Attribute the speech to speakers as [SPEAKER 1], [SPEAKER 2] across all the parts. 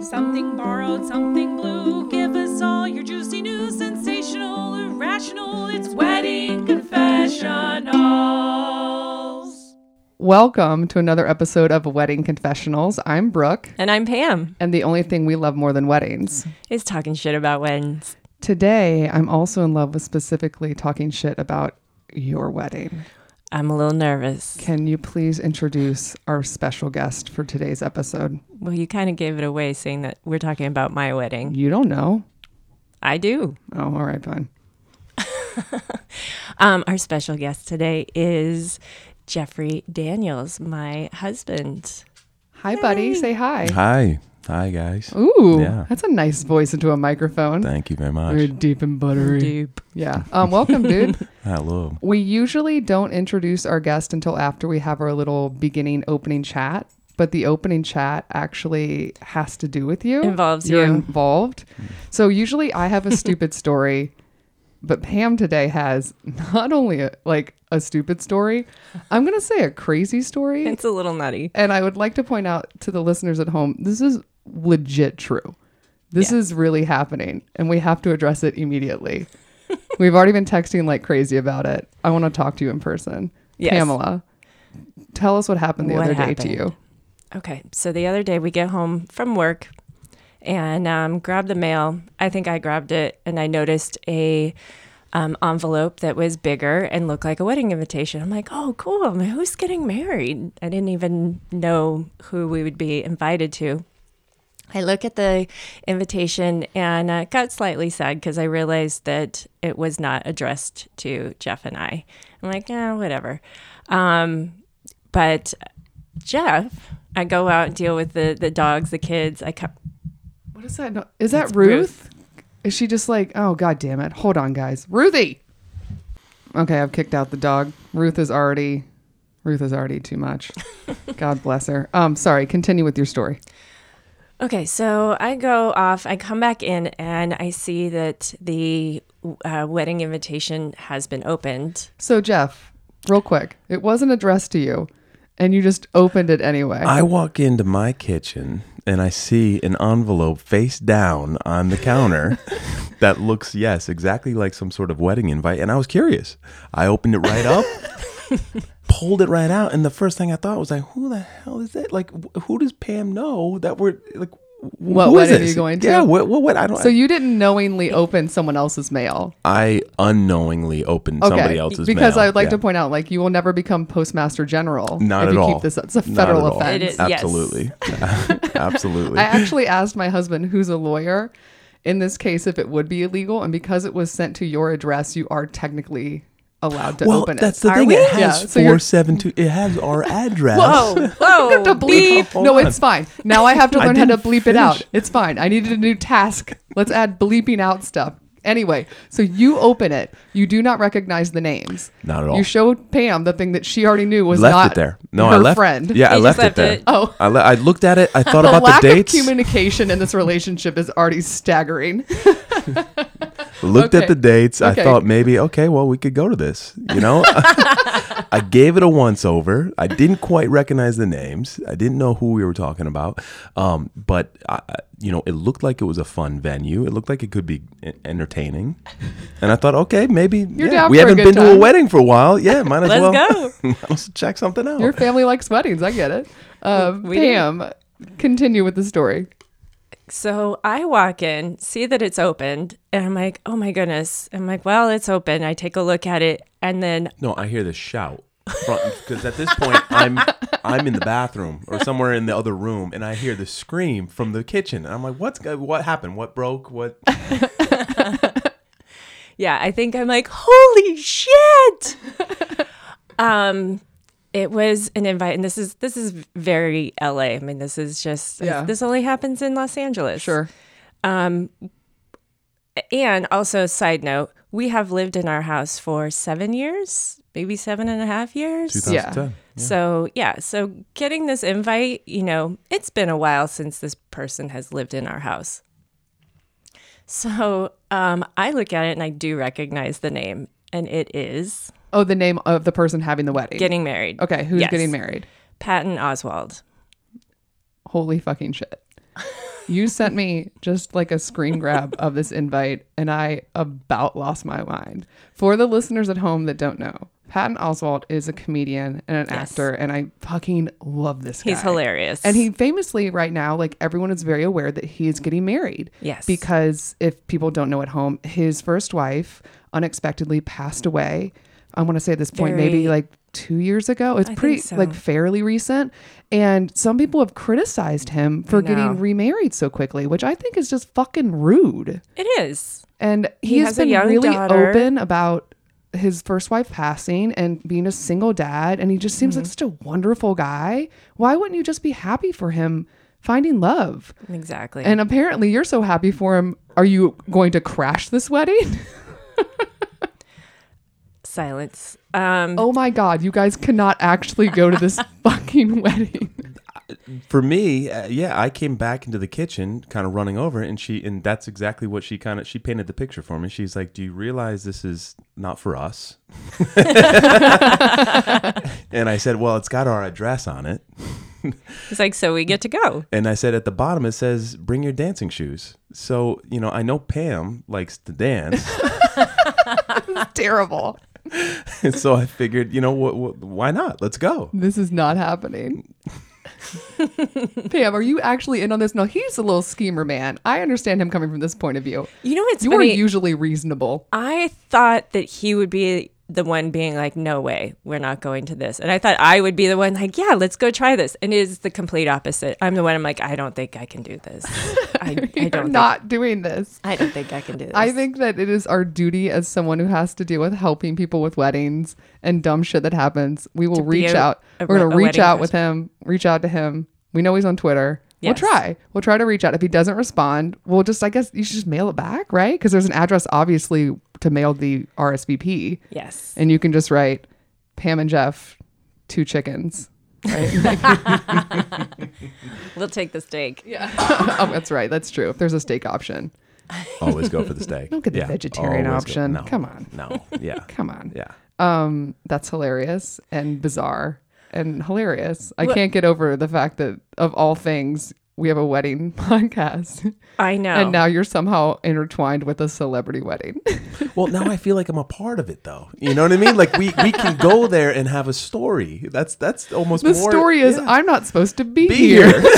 [SPEAKER 1] Something borrowed, something blue. Give us all your juicy news, sensational, irrational. It's wedding confessionals.
[SPEAKER 2] Welcome to another episode of Wedding Confessionals. I'm Brooke,
[SPEAKER 3] And I'm Pam,
[SPEAKER 2] and the only thing we love more than weddings.
[SPEAKER 3] is talking shit about weddings.
[SPEAKER 2] Today, I'm also in love with specifically talking shit about your wedding.
[SPEAKER 3] I'm a little nervous.
[SPEAKER 2] Can you please introduce our special guest for today's episode?
[SPEAKER 3] Well, you kind of gave it away saying that we're talking about my wedding.
[SPEAKER 2] You don't know.
[SPEAKER 3] I do.
[SPEAKER 2] Oh, all right, fine.
[SPEAKER 3] Um, our special guest today is Jeffrey Daniels, my husband.
[SPEAKER 2] Hi, buddy. Say hi.
[SPEAKER 4] Hi. Hi, guys.
[SPEAKER 2] Ooh,
[SPEAKER 4] Yeah.
[SPEAKER 2] that's a nice voice into a microphone.
[SPEAKER 4] Thank you very
[SPEAKER 2] Very
[SPEAKER 4] much.
[SPEAKER 2] deep and buttery.
[SPEAKER 3] Dupe.
[SPEAKER 2] Yeah. Um, welcome, dude.
[SPEAKER 4] Hello.
[SPEAKER 2] We usually don't introduce our guest until after we have our little beginning opening chat, but the opening chat actually has to do with you.
[SPEAKER 3] Involves
[SPEAKER 2] You're
[SPEAKER 3] you.
[SPEAKER 2] involved. So usually I have a stupid story, but Pam today has not only a, like a stupid story, I'm going to say a crazy story.
[SPEAKER 3] It's a little nutty.
[SPEAKER 2] and I would like to point out to the listeners at home, this is legit true. This
[SPEAKER 3] Yeah.
[SPEAKER 2] is really happening, and we have to address it immediately. We've already been texting like crazy about it. I want to talk to you in person.
[SPEAKER 3] Yes.
[SPEAKER 2] Pamela, tell us what happened the
[SPEAKER 3] What
[SPEAKER 2] other day
[SPEAKER 3] happened?
[SPEAKER 2] to you.
[SPEAKER 3] Okay, so the other day we get home from work and um, grab the mail. I think I grabbed it and I noticed a um, envelope that was bigger and looked like a wedding invitation. I'm like, oh, cool. I'm like, Who's getting married? I didn't even know who we would be invited to. I look at the invitation and uh, got slightly sad because I realized that it was not addressed to Jeff and I. I'm like, yeah, whatever. Um, but Jeff, I go out and deal with the the dogs, the kids. I come.
[SPEAKER 2] What is that? No- is that
[SPEAKER 3] It's
[SPEAKER 2] Ruth? Is she just like, oh, god damn it. Hold on, guys. Ruthie. Okay, I've kicked out the dog. Ruth is already. Ruth is already too much. God bless her. Um, sorry. Continue with your story.
[SPEAKER 3] Okay, so I go off. I come back in and I see that the uh, wedding invitation has been opened.
[SPEAKER 2] So Jeff, real quick, it wasn't addressed to you, and you just opened it anyway.
[SPEAKER 4] I walk into my kitchen and I see an envelope face down on the counter that looks, yes, exactly like some sort of wedding invite. And I was curious. I opened it right up, pulled it right out. And the first thing I thought was like, who the hell is that? Like, wh- who does Pam know that we're like, wh-
[SPEAKER 2] What
[SPEAKER 4] who is
[SPEAKER 2] wedding are you
[SPEAKER 4] this?
[SPEAKER 2] going to?
[SPEAKER 4] Yeah, what, what, what? I don't.
[SPEAKER 2] so you didn't knowingly open someone else's mail.
[SPEAKER 4] I unknowingly opened
[SPEAKER 2] Okay.
[SPEAKER 4] somebody else's
[SPEAKER 2] because
[SPEAKER 4] mail.
[SPEAKER 2] I'd like
[SPEAKER 4] Yeah.
[SPEAKER 2] to point out, like you will never become postmaster general
[SPEAKER 4] Not
[SPEAKER 2] if
[SPEAKER 4] at
[SPEAKER 2] you
[SPEAKER 4] all.
[SPEAKER 2] keep this up. It's a
[SPEAKER 4] Not
[SPEAKER 2] federal
[SPEAKER 4] at all.
[SPEAKER 2] offense.
[SPEAKER 3] It is. yes.
[SPEAKER 4] Absolutely. Absolutely.
[SPEAKER 2] I actually asked my husband, who's a lawyer, in this case, if it would be illegal, and because it was sent to your address, you are technically allowed to
[SPEAKER 4] well,
[SPEAKER 2] open it.
[SPEAKER 4] that's the
[SPEAKER 3] Are
[SPEAKER 4] thing.
[SPEAKER 3] we?
[SPEAKER 4] It
[SPEAKER 2] Yeah,
[SPEAKER 4] has
[SPEAKER 2] so you're-
[SPEAKER 4] 472. It has our address.
[SPEAKER 3] Whoa, Oh, whoa,
[SPEAKER 2] to bleep.
[SPEAKER 4] Oh. Hold
[SPEAKER 2] no,
[SPEAKER 4] on.
[SPEAKER 2] it's fine. Now I have to
[SPEAKER 4] I
[SPEAKER 2] learn how to
[SPEAKER 4] didn't
[SPEAKER 2] bleep it out.
[SPEAKER 4] finish.
[SPEAKER 2] It's fine. I needed a new task. Let's add bleeping out stuff. Anyway, so you open it. You do not recognize the names.
[SPEAKER 4] Not at all.
[SPEAKER 2] You showed Pam the thing that she already knew was
[SPEAKER 4] left
[SPEAKER 2] not
[SPEAKER 4] it there. No,
[SPEAKER 2] her
[SPEAKER 4] I left.
[SPEAKER 2] friend.
[SPEAKER 4] Yeah, I
[SPEAKER 3] You just
[SPEAKER 4] left, it
[SPEAKER 3] left
[SPEAKER 4] there.
[SPEAKER 3] it.
[SPEAKER 2] Oh.
[SPEAKER 4] I, le- I looked at it. I thought
[SPEAKER 2] The
[SPEAKER 4] about
[SPEAKER 2] lack
[SPEAKER 4] the dates.
[SPEAKER 2] of communication in this relationship is already staggering.
[SPEAKER 4] looked
[SPEAKER 2] Okay.
[SPEAKER 4] at the dates.
[SPEAKER 2] Okay.
[SPEAKER 4] I thought maybe, okay, well, we could go to this. You know, I gave it a once over. I didn't quite recognize the names. I didn't know who we were talking about. Um, but I, I- you know, it looked like it was a fun venue. It looked like it could be e- entertaining. And I thought, okay, maybe yeah,
[SPEAKER 2] down
[SPEAKER 4] we
[SPEAKER 2] for a
[SPEAKER 4] haven't
[SPEAKER 2] good
[SPEAKER 4] been to a
[SPEAKER 2] time.
[SPEAKER 4] wedding for a while. Yeah, might as
[SPEAKER 3] Let's
[SPEAKER 4] well.
[SPEAKER 3] go.
[SPEAKER 4] Let's check something out.
[SPEAKER 2] Your family likes weddings. I get it. Uh,
[SPEAKER 3] We do.
[SPEAKER 2] Pam, continue with the story.
[SPEAKER 3] So I walk in, see that it's opened, and I'm like, oh my goodness. I'm like, well, it's open. I take a look at it, and then
[SPEAKER 4] No, I hear the shout because at this point I'm I'm in the bathroom or somewhere in the other room, and I hear the scream from the kitchen, and I'm like, "What's go- what happened? What broke? What?"
[SPEAKER 3] Yeah, I think I'm like, holy shit. um, it was an invite, and this is this is very LA. I mean, this is just
[SPEAKER 2] Yeah.
[SPEAKER 3] this only happens in Los Angeles. Um,
[SPEAKER 2] Sure.
[SPEAKER 3] And also, side note, we have lived in our house for seven years, maybe seven and a half years. So yeah, so getting this invite, you know, it's been a while since this person has lived in our house. So um, I look at it and I do recognize the name, and it is
[SPEAKER 2] Oh, the name of the person having the wedding.
[SPEAKER 3] getting married.
[SPEAKER 2] okay, who's
[SPEAKER 3] Yes.
[SPEAKER 2] getting married?
[SPEAKER 3] Patton Oswald.
[SPEAKER 2] Holy fucking shit. You sent me just like a screen grab of this invite, and I about lost my mind. For the listeners at home that don't know, Patton Oswalt is a comedian and an
[SPEAKER 3] Yes.
[SPEAKER 2] actor, and I fucking love this guy.
[SPEAKER 3] He's hilarious.
[SPEAKER 2] And he famously, right now, like everyone is very aware that he is getting married.
[SPEAKER 3] Yes.
[SPEAKER 2] Because if people don't know at home, his first wife unexpectedly passed away. I want to say at this point, maybe
[SPEAKER 3] Very-
[SPEAKER 2] like two years ago. It's
[SPEAKER 3] I think
[SPEAKER 2] pretty,
[SPEAKER 3] so.
[SPEAKER 2] like fairly recent. And some people have criticized him for
[SPEAKER 3] know.
[SPEAKER 2] getting remarried so quickly, which I think is just fucking rude.
[SPEAKER 3] it is.
[SPEAKER 2] And he,
[SPEAKER 3] He
[SPEAKER 2] has,
[SPEAKER 3] has a
[SPEAKER 2] been
[SPEAKER 3] young
[SPEAKER 2] really
[SPEAKER 3] daughter.
[SPEAKER 2] open about his first wife passing and being a single dad. And he just seems like such a wonderful guy. Why wouldn't you just be happy for him finding love?
[SPEAKER 3] Exactly.
[SPEAKER 2] And apparently, you're so happy for him. Are you going to crash this wedding?
[SPEAKER 3] Silence. Um,
[SPEAKER 2] oh my God, you guys cannot actually go to this fucking wedding.
[SPEAKER 4] for me, uh, yeah, I came back into the kitchen, kind of running over, and she, and that's exactly what she kind of she painted the picture for me. She's like, "Do you realize this is not for us?" and I said, "Well, it's got our address on it."
[SPEAKER 3] He's like, so we get to go.
[SPEAKER 4] And I said at the bottom it says bring your dancing shoes. So, you know, I know Pam likes to dance.
[SPEAKER 2] Terrible.
[SPEAKER 4] and so I figured, you know, what, why not? Let's go.
[SPEAKER 2] This is not happening. Pam, are you actually in on this? No, he's a little schemer man. I understand him coming from this point of view.
[SPEAKER 3] You know what's
[SPEAKER 2] You are
[SPEAKER 3] funny?
[SPEAKER 2] usually reasonable.
[SPEAKER 3] I thought that he would be the one being like, no way, we're not going to this. And I thought I would be the one like, yeah, let's go try this. And it is the complete opposite. I'm the one I'm like, I don't think I can do this. I, I
[SPEAKER 2] You're
[SPEAKER 3] don't think,
[SPEAKER 2] not doing this.
[SPEAKER 3] I don't think I can do this.
[SPEAKER 2] I think that it is our duty as someone who has to deal with helping people with weddings and dumb shit that happens. We will
[SPEAKER 3] be
[SPEAKER 2] reach
[SPEAKER 3] a-
[SPEAKER 2] out.
[SPEAKER 3] a
[SPEAKER 2] We're
[SPEAKER 3] we-
[SPEAKER 2] going to
[SPEAKER 3] a
[SPEAKER 2] reach
[SPEAKER 3] wedding
[SPEAKER 2] out with him, reach out to him. We know he's on Twitter.
[SPEAKER 3] Yes.
[SPEAKER 2] We'll try. We'll try to reach out. If he doesn't respond, we'll just, I guess you should just mail it back, right? Because there's an address, obviously, to mail the RSVP.
[SPEAKER 3] yes.
[SPEAKER 2] And you can just write Pam and Jeff, two chickens.
[SPEAKER 3] We'll take the steak.
[SPEAKER 2] oh, that's right. That's true. If there's a steak option,
[SPEAKER 4] Always go for the steak.
[SPEAKER 2] Don't get the vegetarian
[SPEAKER 4] Always go-
[SPEAKER 2] option. Come on.
[SPEAKER 4] No. Yeah.
[SPEAKER 2] come on.
[SPEAKER 4] Yeah.
[SPEAKER 2] Um, that's hilarious and bizarre and hilarious. I can't get over the fact that of all things, we have a wedding podcast,
[SPEAKER 3] I
[SPEAKER 4] Oh.
[SPEAKER 3] know.
[SPEAKER 2] and now you're somehow intertwined with a celebrity wedding.
[SPEAKER 4] Well, now I feel like I'm a part of it though. You know what I mean? Like we we can go there and have a story. That's that's almost
[SPEAKER 2] the
[SPEAKER 4] more,
[SPEAKER 2] story is,
[SPEAKER 4] yeah.
[SPEAKER 2] I'm not supposed to be,
[SPEAKER 4] be
[SPEAKER 2] here.
[SPEAKER 4] here.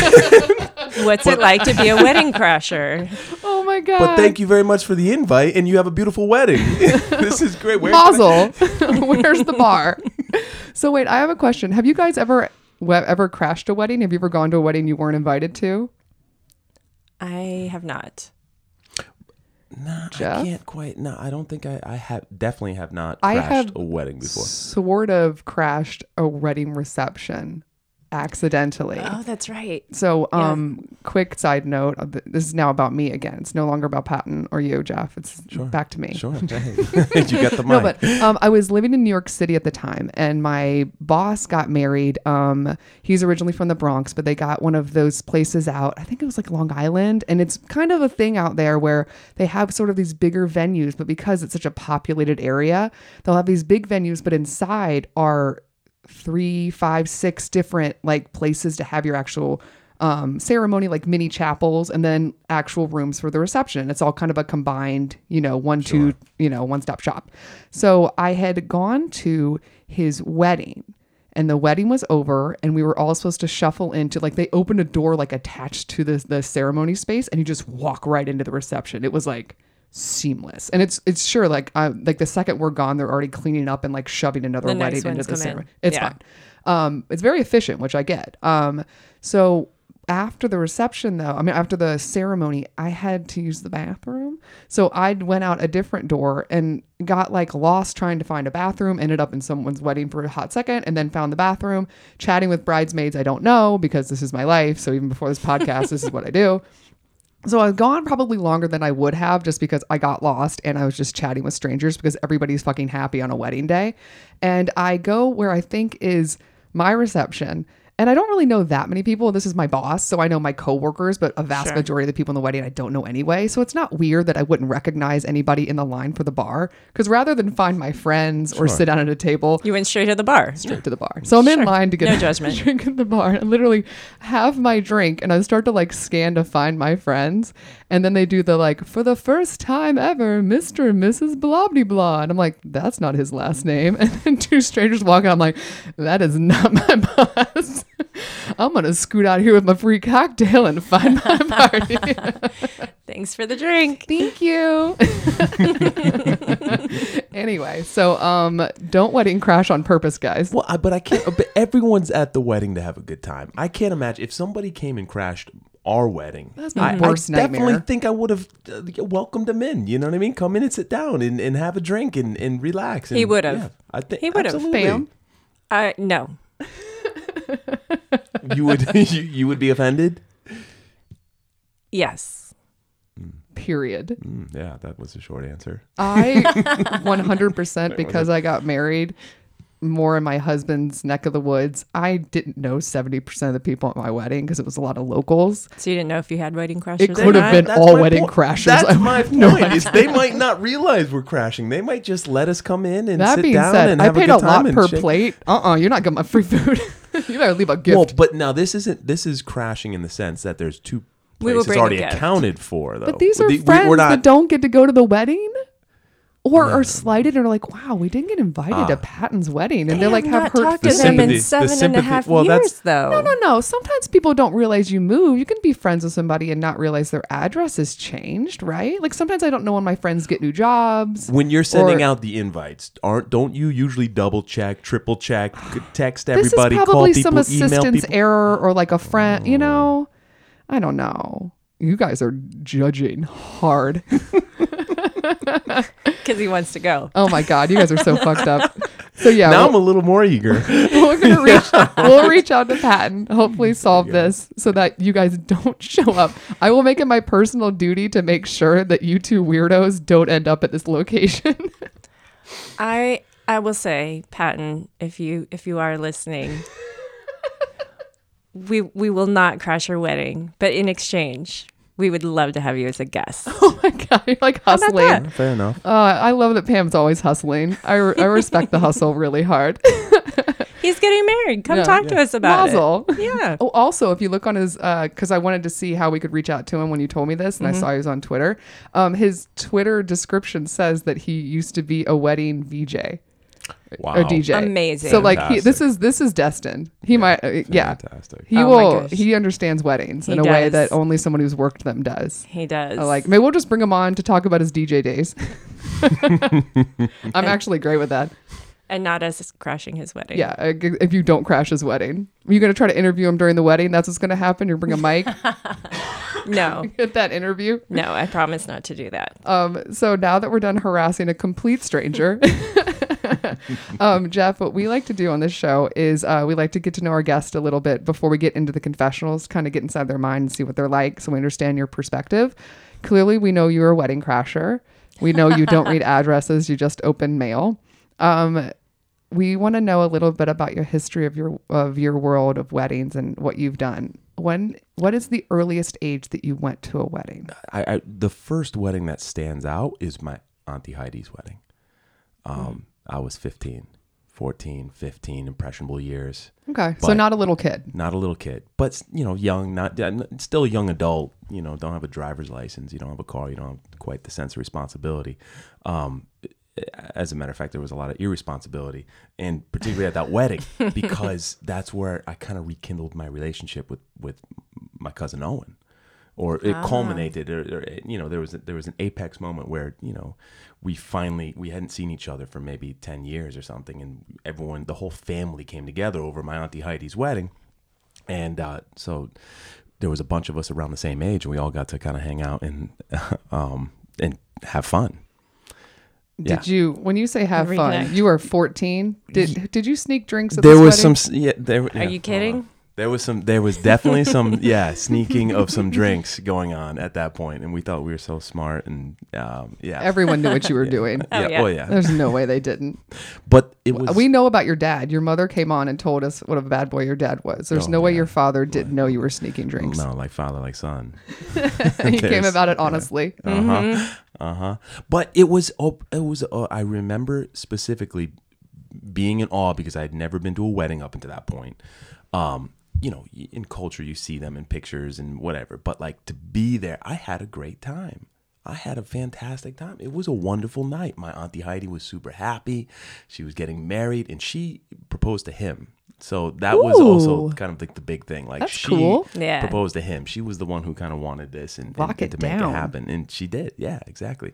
[SPEAKER 3] What's it like to be a wedding crasher?
[SPEAKER 2] Oh my god!
[SPEAKER 4] but thank you very much for the invite and you have a beautiful wedding. this is great. Where
[SPEAKER 2] Mazel. Where's the bar? so wait, I have a question. Have you guys ever we- ever crashed a wedding? Have you ever gone to a wedding you weren't invited to?
[SPEAKER 3] I have not.
[SPEAKER 4] Nah, I
[SPEAKER 2] Jeff?
[SPEAKER 4] can't quite. No, I don't think I, I have definitely have not
[SPEAKER 2] I
[SPEAKER 4] crashed
[SPEAKER 2] have
[SPEAKER 4] a wedding before.
[SPEAKER 2] Sort of crashed a wedding reception accidentally.
[SPEAKER 3] Oh, that's right.
[SPEAKER 2] So, um, quick side note: uh, th- this is now about me again. It's no longer about Patton or you, Jeff. It's back to me.
[SPEAKER 4] Sure. you got the mic.
[SPEAKER 2] No, but um, I was living in New York City at the time, and my boss got married. Um, he's originally from the Bronx, but they got one of those places out. I think it was like Long Island, and it's kind of a thing out there where they have sort of these bigger venues, but because it's such a populated area, they'll have these big venues, but inside are three, five, six different like places to have your actual um, ceremony, like mini chapels, and then actual rooms for the reception. It's all kind of a combined, you know, one, two, you know, one stop shop. So I had gone to his wedding. And the wedding was over, and we were all supposed to shuffle into like they opened a door like attached to the the ceremony space, and you just walk right into the reception. It was like seamless, and it's it's sure like I, like the second we're gone, they're already cleaning up and like shoving another
[SPEAKER 3] The
[SPEAKER 2] wedding
[SPEAKER 3] next
[SPEAKER 2] into
[SPEAKER 3] ones
[SPEAKER 2] the
[SPEAKER 3] come in.
[SPEAKER 2] ceremony. It's
[SPEAKER 3] Yeah.
[SPEAKER 2] fine. Um, it's very efficient, which I get. Um, so after the reception, though, I mean, after the ceremony, I had to use the bathroom. So I went out a different door and got like lost trying to find a bathroom, ended up in someone's wedding for a hot second, and then found the bathroom, chatting with bridesmaids I don't know because this is my life. So even before this podcast, this is what I do. So I've gone probably longer than I would have just because I got lost and I was just chatting with strangers because everybody's fucking happy on a wedding day. And I go where I think is my reception and I don't really know that many people. This is my boss, so I know my coworkers, but a vast
[SPEAKER 3] Sure.
[SPEAKER 2] majority of the people in the wedding I don't know anyway. So it's not weird that I wouldn't recognize anybody in the line for the bar because rather than find my friends or sit down at a table,
[SPEAKER 3] You went straight to the bar.
[SPEAKER 2] straight to the bar. So I'm in
[SPEAKER 3] Sure.
[SPEAKER 2] line to get
[SPEAKER 3] No
[SPEAKER 2] a
[SPEAKER 3] judgment.
[SPEAKER 2] drink at the bar. I literally have my drink and I start to like scan to find my friends. And then they do the like, for the first time ever, Mr. and Mrs. Blobdy Blah. And I'm like, that's not his last name. And then two strangers walk out. I'm like, that is not my boss. I'm going to scoot out here with my free cocktail and find my party.
[SPEAKER 3] Thanks for the drink.
[SPEAKER 2] Thank you. anyway, so um, don't wedding crash on purpose, guys.
[SPEAKER 4] Well, I, but I can't. uh, But everyone's at the wedding to have a good time. I can't imagine if somebody came and crashed our wedding.
[SPEAKER 2] That's my
[SPEAKER 4] I,
[SPEAKER 2] Mm-hmm. worst
[SPEAKER 4] I definitely
[SPEAKER 2] nightmare.
[SPEAKER 4] think I would have uh, welcomed them in. You know what I mean? Come in and sit down and, and have a drink and, and relax. And,
[SPEAKER 3] He would've.
[SPEAKER 4] I think
[SPEAKER 3] He would've.
[SPEAKER 4] absolutely.
[SPEAKER 2] Bam.
[SPEAKER 3] Uh, no.
[SPEAKER 4] You would. You, you would be offended.
[SPEAKER 3] Yes.
[SPEAKER 2] Period.
[SPEAKER 4] Mm, yeah, that was a short answer.
[SPEAKER 2] I 100% because I got married more in my husband's neck of the woods. I didn't know 70% of the people at my wedding because it was a lot of locals.
[SPEAKER 3] So you didn't know if you had wedding crashes.
[SPEAKER 2] It
[SPEAKER 3] or
[SPEAKER 2] could have
[SPEAKER 3] not?
[SPEAKER 2] been
[SPEAKER 4] That's
[SPEAKER 2] all
[SPEAKER 4] my
[SPEAKER 2] wedding
[SPEAKER 4] point.
[SPEAKER 2] crashers. I
[SPEAKER 4] That's
[SPEAKER 2] would
[SPEAKER 4] my
[SPEAKER 2] have no
[SPEAKER 4] point.
[SPEAKER 2] idea.
[SPEAKER 4] Is they might not realize we're crashing. They might just let us come in and
[SPEAKER 2] That
[SPEAKER 4] sit
[SPEAKER 2] being
[SPEAKER 4] down
[SPEAKER 2] said,
[SPEAKER 4] and
[SPEAKER 2] I
[SPEAKER 4] have
[SPEAKER 2] paid
[SPEAKER 4] a
[SPEAKER 2] a,
[SPEAKER 4] good time
[SPEAKER 2] lot
[SPEAKER 4] and
[SPEAKER 2] per
[SPEAKER 4] shake
[SPEAKER 2] plate. Uh uh-uh, uh, you are not getting my free food. you better leave a gift.
[SPEAKER 4] Well, but now this isn't. This is crashing in the sense that there's two
[SPEAKER 3] We will
[SPEAKER 4] places
[SPEAKER 3] bring a
[SPEAKER 4] already
[SPEAKER 3] gift.
[SPEAKER 4] accounted for, though.
[SPEAKER 2] but these are
[SPEAKER 4] The- we-
[SPEAKER 2] friends
[SPEAKER 4] we're
[SPEAKER 2] that
[SPEAKER 4] not.
[SPEAKER 2] don't get to go to the wedding. Or are slighted and are like, wow, we didn't get invited to Patton's wedding. And they're like, have
[SPEAKER 3] not
[SPEAKER 2] hurt
[SPEAKER 3] talked to
[SPEAKER 4] Ah. The
[SPEAKER 3] them
[SPEAKER 4] sympathy-
[SPEAKER 3] in
[SPEAKER 4] the
[SPEAKER 3] seven and a
[SPEAKER 4] sympathy-
[SPEAKER 3] half
[SPEAKER 4] well, that's-
[SPEAKER 3] years, though.
[SPEAKER 2] No, no, no. Sometimes people don't realize you move. You can be friends with somebody and not realize their address has changed, right? Like sometimes I don't know when my friends get new jobs.
[SPEAKER 4] When you're sending
[SPEAKER 2] or-
[SPEAKER 4] out the invites, aren't don't you usually double check, triple check, c- text
[SPEAKER 2] this
[SPEAKER 4] everybody,
[SPEAKER 2] is
[SPEAKER 4] call
[SPEAKER 2] probably
[SPEAKER 4] people,
[SPEAKER 2] some
[SPEAKER 4] email
[SPEAKER 2] assistant's
[SPEAKER 4] people? Oh.
[SPEAKER 2] error or like a friend, you know? I don't know. You guys are judging hard.
[SPEAKER 3] Because he wants to go.
[SPEAKER 2] Oh my God, you guys are so fucked up. So yeah,
[SPEAKER 4] now
[SPEAKER 2] we'll-
[SPEAKER 4] I'm a little more eager.
[SPEAKER 2] we're gonna reach we'll reach out to Patton, hopefully solve this so that you guys don't show up. I will make it my personal duty to make sure that you two weirdos don't end up at this location.
[SPEAKER 3] I I will say, Patton, if you if you are listening, we we will not crash your wedding, but in exchange, we would love to have you as a guest.
[SPEAKER 2] oh my god, you're like
[SPEAKER 3] about
[SPEAKER 2] hustling.
[SPEAKER 3] that?
[SPEAKER 4] Fair enough.
[SPEAKER 2] Uh, I love that Pam's always hustling. I, re- I respect the hustle really hard.
[SPEAKER 3] He's getting married. Come
[SPEAKER 2] Yeah.
[SPEAKER 3] talk to us about
[SPEAKER 2] Mazel.
[SPEAKER 3] it. Yeah.
[SPEAKER 2] Oh, also, if you look on his, because I wanted to see how we could reach out to him when you told me this, and
[SPEAKER 3] Mm-hmm.
[SPEAKER 2] I saw he was on Twitter. Um, his Twitter description says that he used to be a wedding VJ.
[SPEAKER 4] Wow.
[SPEAKER 2] or DJ.
[SPEAKER 3] Amazing.
[SPEAKER 2] So like he, this is this is destined. He might uh, yeah.
[SPEAKER 4] Fantastic.
[SPEAKER 2] He
[SPEAKER 3] Oh my
[SPEAKER 2] will
[SPEAKER 3] gosh.
[SPEAKER 2] he understands weddings
[SPEAKER 3] He
[SPEAKER 2] in a way
[SPEAKER 3] does.
[SPEAKER 2] that only someone who's worked them does.
[SPEAKER 3] He does.
[SPEAKER 2] I like maybe we'll just bring him on to talk about his DJ days. I'm actually great with that.
[SPEAKER 3] and not us crashing his wedding.
[SPEAKER 2] Yeah, I g- if you don't crash his wedding, you're gonna try to interview him during the wedding. That's what's gonna happen. You bring a mic
[SPEAKER 3] No.
[SPEAKER 2] at that interview.
[SPEAKER 3] No, I promise not to do that.
[SPEAKER 2] Um, so now that we're done harassing a complete stranger, um, Jeff, what we like to do on this show is uh, we like to get to know our guest a little bit before we get into the confessionals, kind of get inside their mind and see what they're like so we understand your perspective. Clearly, we know you're a wedding crasher. We know you don't read addresses, you just open mail. Um, we want to know a little bit about your history of your of your world of weddings and what you've done. When what is the earliest age that you went to a wedding?
[SPEAKER 4] I, I the first wedding that stands out is my auntie Heidi's wedding. Um, I was 15, 14, 15, impressionable years.
[SPEAKER 2] Okay, so
[SPEAKER 4] But-
[SPEAKER 2] not a little kid.
[SPEAKER 4] Not a little kid, but you know, young, not uh, n- still a young adult. You know, don't have a driver's license, you don't have a car, you don't have quite the sense of responsibility. Um, as a matter of fact, there was a lot of irresponsibility, and particularly at that wedding, because that's where I kind of rekindled my relationship with with my cousin Owen, or it culminated, or, or you know, there was a, there was an apex moment where you know we finally we hadn't seen each other for maybe ten years or something, and everyone, the whole family came together over my auntie Heidi's wedding, and uh, so there was a bunch of us around the same age, and we all got to kind of hang out and um and have fun.
[SPEAKER 2] Did you when you say have fun,
[SPEAKER 3] Reconnect.
[SPEAKER 2] you were 14? Did did you sneak drinks at
[SPEAKER 4] there
[SPEAKER 2] this
[SPEAKER 4] was
[SPEAKER 2] wedding?
[SPEAKER 4] some yeah there
[SPEAKER 3] Are you kidding?
[SPEAKER 4] There was some. There was definitely some. Yeah, sneaking of some drinks going on at that point, and we thought we were so smart. And um, yeah,
[SPEAKER 2] Everyone knew what you were doing.
[SPEAKER 4] yeah,
[SPEAKER 3] yeah.
[SPEAKER 4] oh yeah.
[SPEAKER 2] There's no way they didn't.
[SPEAKER 4] But it was.
[SPEAKER 2] we know about your dad. Your mother came on and told us what a bad boy your dad was. There's
[SPEAKER 4] Oh,
[SPEAKER 2] no way
[SPEAKER 4] yeah.
[SPEAKER 2] your father didn't know you were sneaking drinks.
[SPEAKER 4] no, like father, like son.
[SPEAKER 2] he came
[SPEAKER 4] There's-
[SPEAKER 2] about it honestly.
[SPEAKER 4] Uh huh.
[SPEAKER 2] Mm-hmm.
[SPEAKER 4] Uh huh. But it was. Oh, it was. Uh, I remember specifically being in awe because I had never been to a wedding up until that point. Um, you know, y- in culture, you see them in pictures and whatever, but like to be there, I had a great time. I had a fantastic time. It was a wonderful night. My auntie Heidi was super happy. She was getting married, and she proposed to him. So that was also
[SPEAKER 2] Ooh.
[SPEAKER 4] kind of like the big thing. Like
[SPEAKER 2] That's
[SPEAKER 4] she
[SPEAKER 2] cool.
[SPEAKER 3] Yeah.
[SPEAKER 4] proposed to him. She was the one who kind of wanted this and, and-
[SPEAKER 2] Lock
[SPEAKER 4] and
[SPEAKER 2] it
[SPEAKER 4] to make
[SPEAKER 2] down.
[SPEAKER 4] it happen happen, and she did. Yeah, exactly.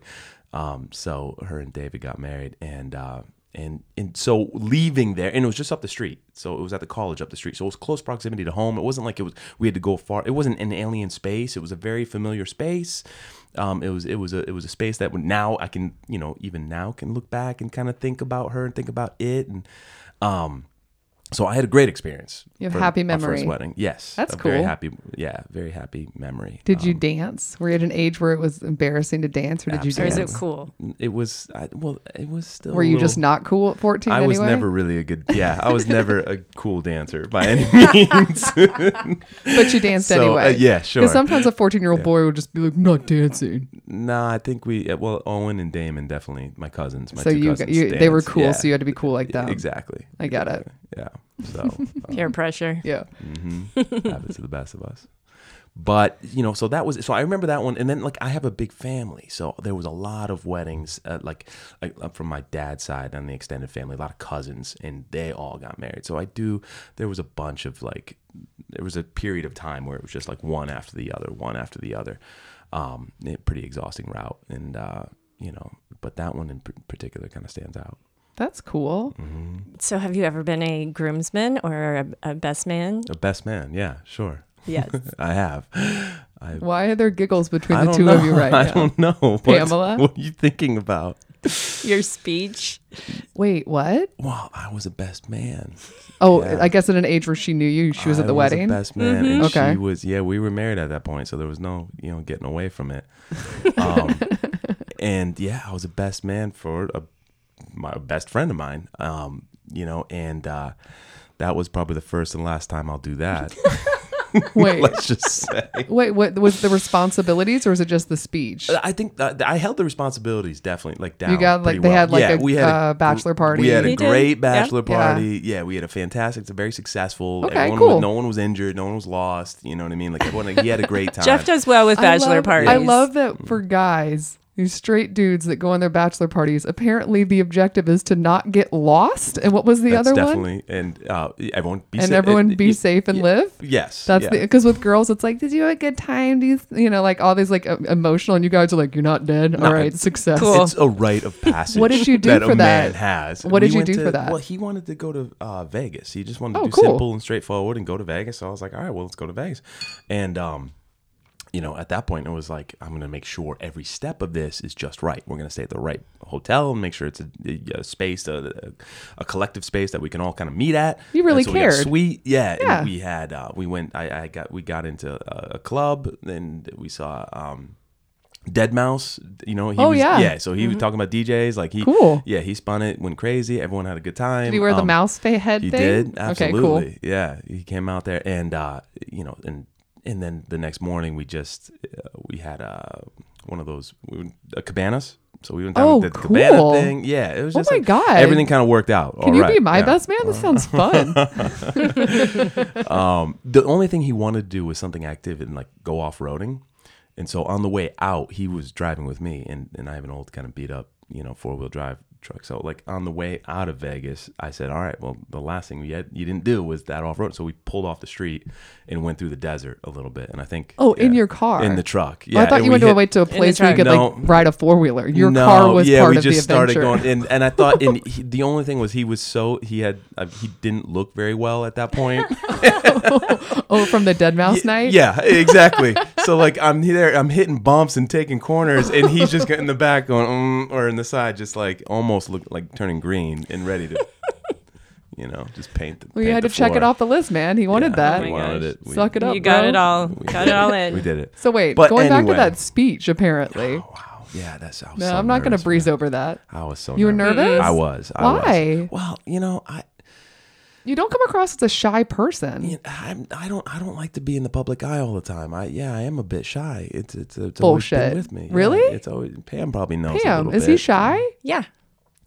[SPEAKER 4] Um, so her and David got married, and uh, and and so leaving there, and it was just up the street. So it was at the college up the street. So it was close proximity to home. It wasn't like it was we had to go far. It wasn't an alien space. It was a very familiar space. Um, it was it was a it was a space that would now I can you know even now can look back and kind of think about her and think about it and um. So I had a great experience.
[SPEAKER 2] You have
[SPEAKER 4] for
[SPEAKER 2] happy
[SPEAKER 4] my
[SPEAKER 2] memory.
[SPEAKER 4] First wedding, yes.
[SPEAKER 2] That's
[SPEAKER 4] a Very
[SPEAKER 2] cool.
[SPEAKER 4] happy, yeah, very happy memory.
[SPEAKER 2] Did you dance? Were you at an age where it was embarrassing to dance, or did you
[SPEAKER 3] Or is
[SPEAKER 2] dance?
[SPEAKER 3] it cool?
[SPEAKER 4] It was I, well. It was still.
[SPEAKER 2] Were
[SPEAKER 4] a
[SPEAKER 2] you just
[SPEAKER 4] little-
[SPEAKER 2] not cool at 14?
[SPEAKER 4] I was
[SPEAKER 2] anyway?
[SPEAKER 4] never really a good. Yeah, I was never a cool dancer by any means.
[SPEAKER 2] but you danced
[SPEAKER 4] So, uh,
[SPEAKER 2] anyway.
[SPEAKER 4] yeah, sure.
[SPEAKER 2] Because sometimes a 14 year old boy would just be like, "Not dancing."
[SPEAKER 4] nah, I think we. uh, Well, Owen and Damon definitely. My cousins. My
[SPEAKER 2] so
[SPEAKER 4] two
[SPEAKER 2] you, got-
[SPEAKER 4] cousins.
[SPEAKER 2] you they were
[SPEAKER 4] danced.
[SPEAKER 2] cool,
[SPEAKER 4] Yeah,
[SPEAKER 2] so you had to be cool like them.
[SPEAKER 4] Exactly.
[SPEAKER 2] I get it.
[SPEAKER 4] Yeah. So
[SPEAKER 3] Peer pressure.
[SPEAKER 2] Yeah.
[SPEAKER 4] Mm-hmm. happens to the best of us. But you know, so that was so I remember that one, and then like I have a big family, so there was a lot of weddings, uh, like I, I'm from my dad's side and the extended family, a lot of cousins, and they all got married. So I do. There was a bunch of like, there was a period of time where it was just like one after the other, one after the other, um, a pretty exhausting route, and uh, you know, but that one in p- particular kind of stands out.
[SPEAKER 2] That's cool.
[SPEAKER 4] Mm.
[SPEAKER 3] So, have you ever been a groomsman or a, a best man?
[SPEAKER 4] The best man, yeah, sure,
[SPEAKER 3] Yes.
[SPEAKER 4] I have. I
[SPEAKER 2] Why are there giggles between
[SPEAKER 4] I
[SPEAKER 2] the
[SPEAKER 4] don't
[SPEAKER 2] two
[SPEAKER 4] know.
[SPEAKER 2] of you right
[SPEAKER 4] I
[SPEAKER 2] now?
[SPEAKER 4] don't know. What,
[SPEAKER 2] Pamela?
[SPEAKER 4] What are you thinking about?
[SPEAKER 3] Your speech.
[SPEAKER 2] Wait, what?
[SPEAKER 4] Wow, I was a best man.
[SPEAKER 2] Oh,
[SPEAKER 4] Yeah.
[SPEAKER 2] I guess at an age where she knew you, she was
[SPEAKER 4] I
[SPEAKER 2] at the wedding. Mm-hmm.
[SPEAKER 4] A best man. And
[SPEAKER 2] Okay.
[SPEAKER 4] she was, yeah, we were married at that point. So there was no, you know, getting away from it. Um, and yeah, I was a best man for a, my best friend of mine, um, you know, and uh, that was probably the first and last time I'll do that.
[SPEAKER 2] Wait,
[SPEAKER 4] Let's just say.
[SPEAKER 2] wait, what was the responsibilities, or was it just the speech?
[SPEAKER 4] I think that I held the responsibilities definitely like down.
[SPEAKER 2] You got, like,
[SPEAKER 4] pretty
[SPEAKER 2] they
[SPEAKER 4] well.
[SPEAKER 2] had, like,
[SPEAKER 4] yeah,
[SPEAKER 2] a,
[SPEAKER 4] we had
[SPEAKER 2] uh, bachelor party.
[SPEAKER 4] We had a
[SPEAKER 3] They did.
[SPEAKER 4] great
[SPEAKER 3] Yeah.
[SPEAKER 4] bachelor
[SPEAKER 2] Yeah.
[SPEAKER 4] party. Yeah, we had a fantastic. It's a very successful.
[SPEAKER 2] Okay,
[SPEAKER 4] everyone
[SPEAKER 2] cool.
[SPEAKER 4] Was, no one was injured. No one was lost. You know what I mean? Like everyone, like, he had a great time.
[SPEAKER 3] Jeff does well with
[SPEAKER 2] I
[SPEAKER 3] bachelor
[SPEAKER 2] love,
[SPEAKER 3] parties.
[SPEAKER 2] I love that
[SPEAKER 4] Mm.
[SPEAKER 2] for guys, these straight dudes that go on their bachelor parties. Apparently, the objective is to not get lost. And what was the
[SPEAKER 4] That's
[SPEAKER 2] other one?
[SPEAKER 4] definitely and uh, everyone be
[SPEAKER 2] And
[SPEAKER 4] sa-
[SPEAKER 2] everyone
[SPEAKER 4] uh,
[SPEAKER 2] be
[SPEAKER 4] y-
[SPEAKER 2] safe and
[SPEAKER 4] y-
[SPEAKER 2] live.
[SPEAKER 4] Yes,
[SPEAKER 2] That's
[SPEAKER 4] yeah.
[SPEAKER 2] the because with girls, it's like, did you have a good time? Do you, you know, like all these like em- emotional, and you guys are like, you're not dead. all right, success.
[SPEAKER 3] Cool.
[SPEAKER 4] It's a rite of passage.
[SPEAKER 2] What did you do
[SPEAKER 4] that
[SPEAKER 2] for
[SPEAKER 4] a man
[SPEAKER 2] that?
[SPEAKER 4] has?
[SPEAKER 2] What did you
[SPEAKER 4] went
[SPEAKER 2] do
[SPEAKER 4] to-
[SPEAKER 2] for that?
[SPEAKER 4] Well, he wanted to go to uh, Vegas. He just wanted to
[SPEAKER 2] Oh,
[SPEAKER 4] do
[SPEAKER 2] cool.
[SPEAKER 4] simple and straightforward and go to Vegas. So I was like, all right, well, let's go to Vegas. And um, you know, at that point, it was like, I'm going to make sure every step of this is just right. We're going to stay at the right hotel and make sure it's a, a- a space, a, a collective space that we can all kind of meet at.
[SPEAKER 2] You really
[SPEAKER 4] And so we had
[SPEAKER 2] cared.
[SPEAKER 4] suite, yeah. and
[SPEAKER 2] Yeah.
[SPEAKER 4] we had, uh, we went. I, I got, we got into a, a club, and we saw. Um, Dead Mouse, you know, he
[SPEAKER 2] Oh,
[SPEAKER 4] was,
[SPEAKER 2] yeah.
[SPEAKER 4] so he was talking about DJs, like he,
[SPEAKER 2] Cool.
[SPEAKER 4] yeah, he spun it, went crazy. Everyone had a good time.
[SPEAKER 2] Did he wear the
[SPEAKER 4] Um,
[SPEAKER 2] mouse fa- head
[SPEAKER 4] He
[SPEAKER 2] thing?
[SPEAKER 4] did,
[SPEAKER 2] Okay,
[SPEAKER 4] absolutely.
[SPEAKER 2] cool.
[SPEAKER 4] Yeah, he came out there, and uh, you know, and and then the next morning we just uh, we had uh, one of those we went, uh, cabanas. So we went down
[SPEAKER 2] Oh,
[SPEAKER 4] with the cabana
[SPEAKER 2] cool.
[SPEAKER 4] thing. Yeah, it was
[SPEAKER 2] Oh
[SPEAKER 4] just
[SPEAKER 2] my
[SPEAKER 4] like,
[SPEAKER 2] God.
[SPEAKER 4] everything kind of worked out.
[SPEAKER 2] Can you be my best man? This sounds fun.
[SPEAKER 4] Um, the only thing he wanted to do was something active and like go off roading. And so on the way out, he was driving with me, and, and I have an old kind of beat up, you know, four wheel drive truck. So like on the way out of Vegas, I said, "All right, well, the last thing we had, you didn't do was that off road." So we pulled off the street and went through the desert a little bit. And I think
[SPEAKER 2] Oh, in
[SPEAKER 4] yeah,
[SPEAKER 2] your car.
[SPEAKER 4] in the truck.
[SPEAKER 2] Well, I thought
[SPEAKER 4] and
[SPEAKER 2] you
[SPEAKER 4] we
[SPEAKER 2] went to a
[SPEAKER 4] hit-
[SPEAKER 2] wait to a place where you could
[SPEAKER 4] No.
[SPEAKER 2] like ride a four wheeler. Your car was
[SPEAKER 4] yeah,
[SPEAKER 2] part
[SPEAKER 4] we
[SPEAKER 2] of
[SPEAKER 4] just
[SPEAKER 2] the
[SPEAKER 4] started
[SPEAKER 2] adventure.
[SPEAKER 4] going, and, and I thought, and he, the only thing was he was so he had uh, he didn't look very well at that point.
[SPEAKER 2] oh, from the dead mouse
[SPEAKER 4] Y-
[SPEAKER 2] night.
[SPEAKER 4] Yeah, exactly. so like I'm there, I'm hitting bumps and taking corners, and he's just in the back going, mm, or in the side, just like almost look like turning green and ready to, You know, just paint the.
[SPEAKER 2] Well, you had
[SPEAKER 4] paint the
[SPEAKER 2] to check it
[SPEAKER 4] floor.
[SPEAKER 2] off the list, man. He wanted
[SPEAKER 4] Yeah,
[SPEAKER 2] that.
[SPEAKER 4] we
[SPEAKER 3] Oh my
[SPEAKER 4] wanted
[SPEAKER 3] gosh.
[SPEAKER 4] it. We,
[SPEAKER 2] Suck it up.
[SPEAKER 3] you got
[SPEAKER 2] bro.
[SPEAKER 3] it all.
[SPEAKER 4] we
[SPEAKER 3] got
[SPEAKER 4] did
[SPEAKER 3] it all in.
[SPEAKER 4] We did it.
[SPEAKER 2] So wait,
[SPEAKER 4] But
[SPEAKER 2] going back to
[SPEAKER 4] anyway.
[SPEAKER 2] that speech, apparently.
[SPEAKER 4] Oh, wow. Yeah, that's. I was
[SPEAKER 2] No,
[SPEAKER 4] so
[SPEAKER 2] I'm not going to
[SPEAKER 4] nervous,
[SPEAKER 2] breeze
[SPEAKER 4] man.
[SPEAKER 2] over that.
[SPEAKER 4] I was so.
[SPEAKER 2] You were nervous?
[SPEAKER 4] I was. I
[SPEAKER 2] Why?
[SPEAKER 4] Was. Well, you know, I.
[SPEAKER 2] You don't come across as a shy person.
[SPEAKER 4] you know, I'm, I don't. I don't like to be in the public eye all the time. I yeah, I am a bit shy. It's it's, it's always
[SPEAKER 2] Bullshit.
[SPEAKER 4] been with me. Yeah,
[SPEAKER 2] Really?
[SPEAKER 4] it's always Pam probably knows. a
[SPEAKER 2] Damn,
[SPEAKER 4] little
[SPEAKER 2] is he
[SPEAKER 4] bit.
[SPEAKER 2] shy?
[SPEAKER 3] Yeah.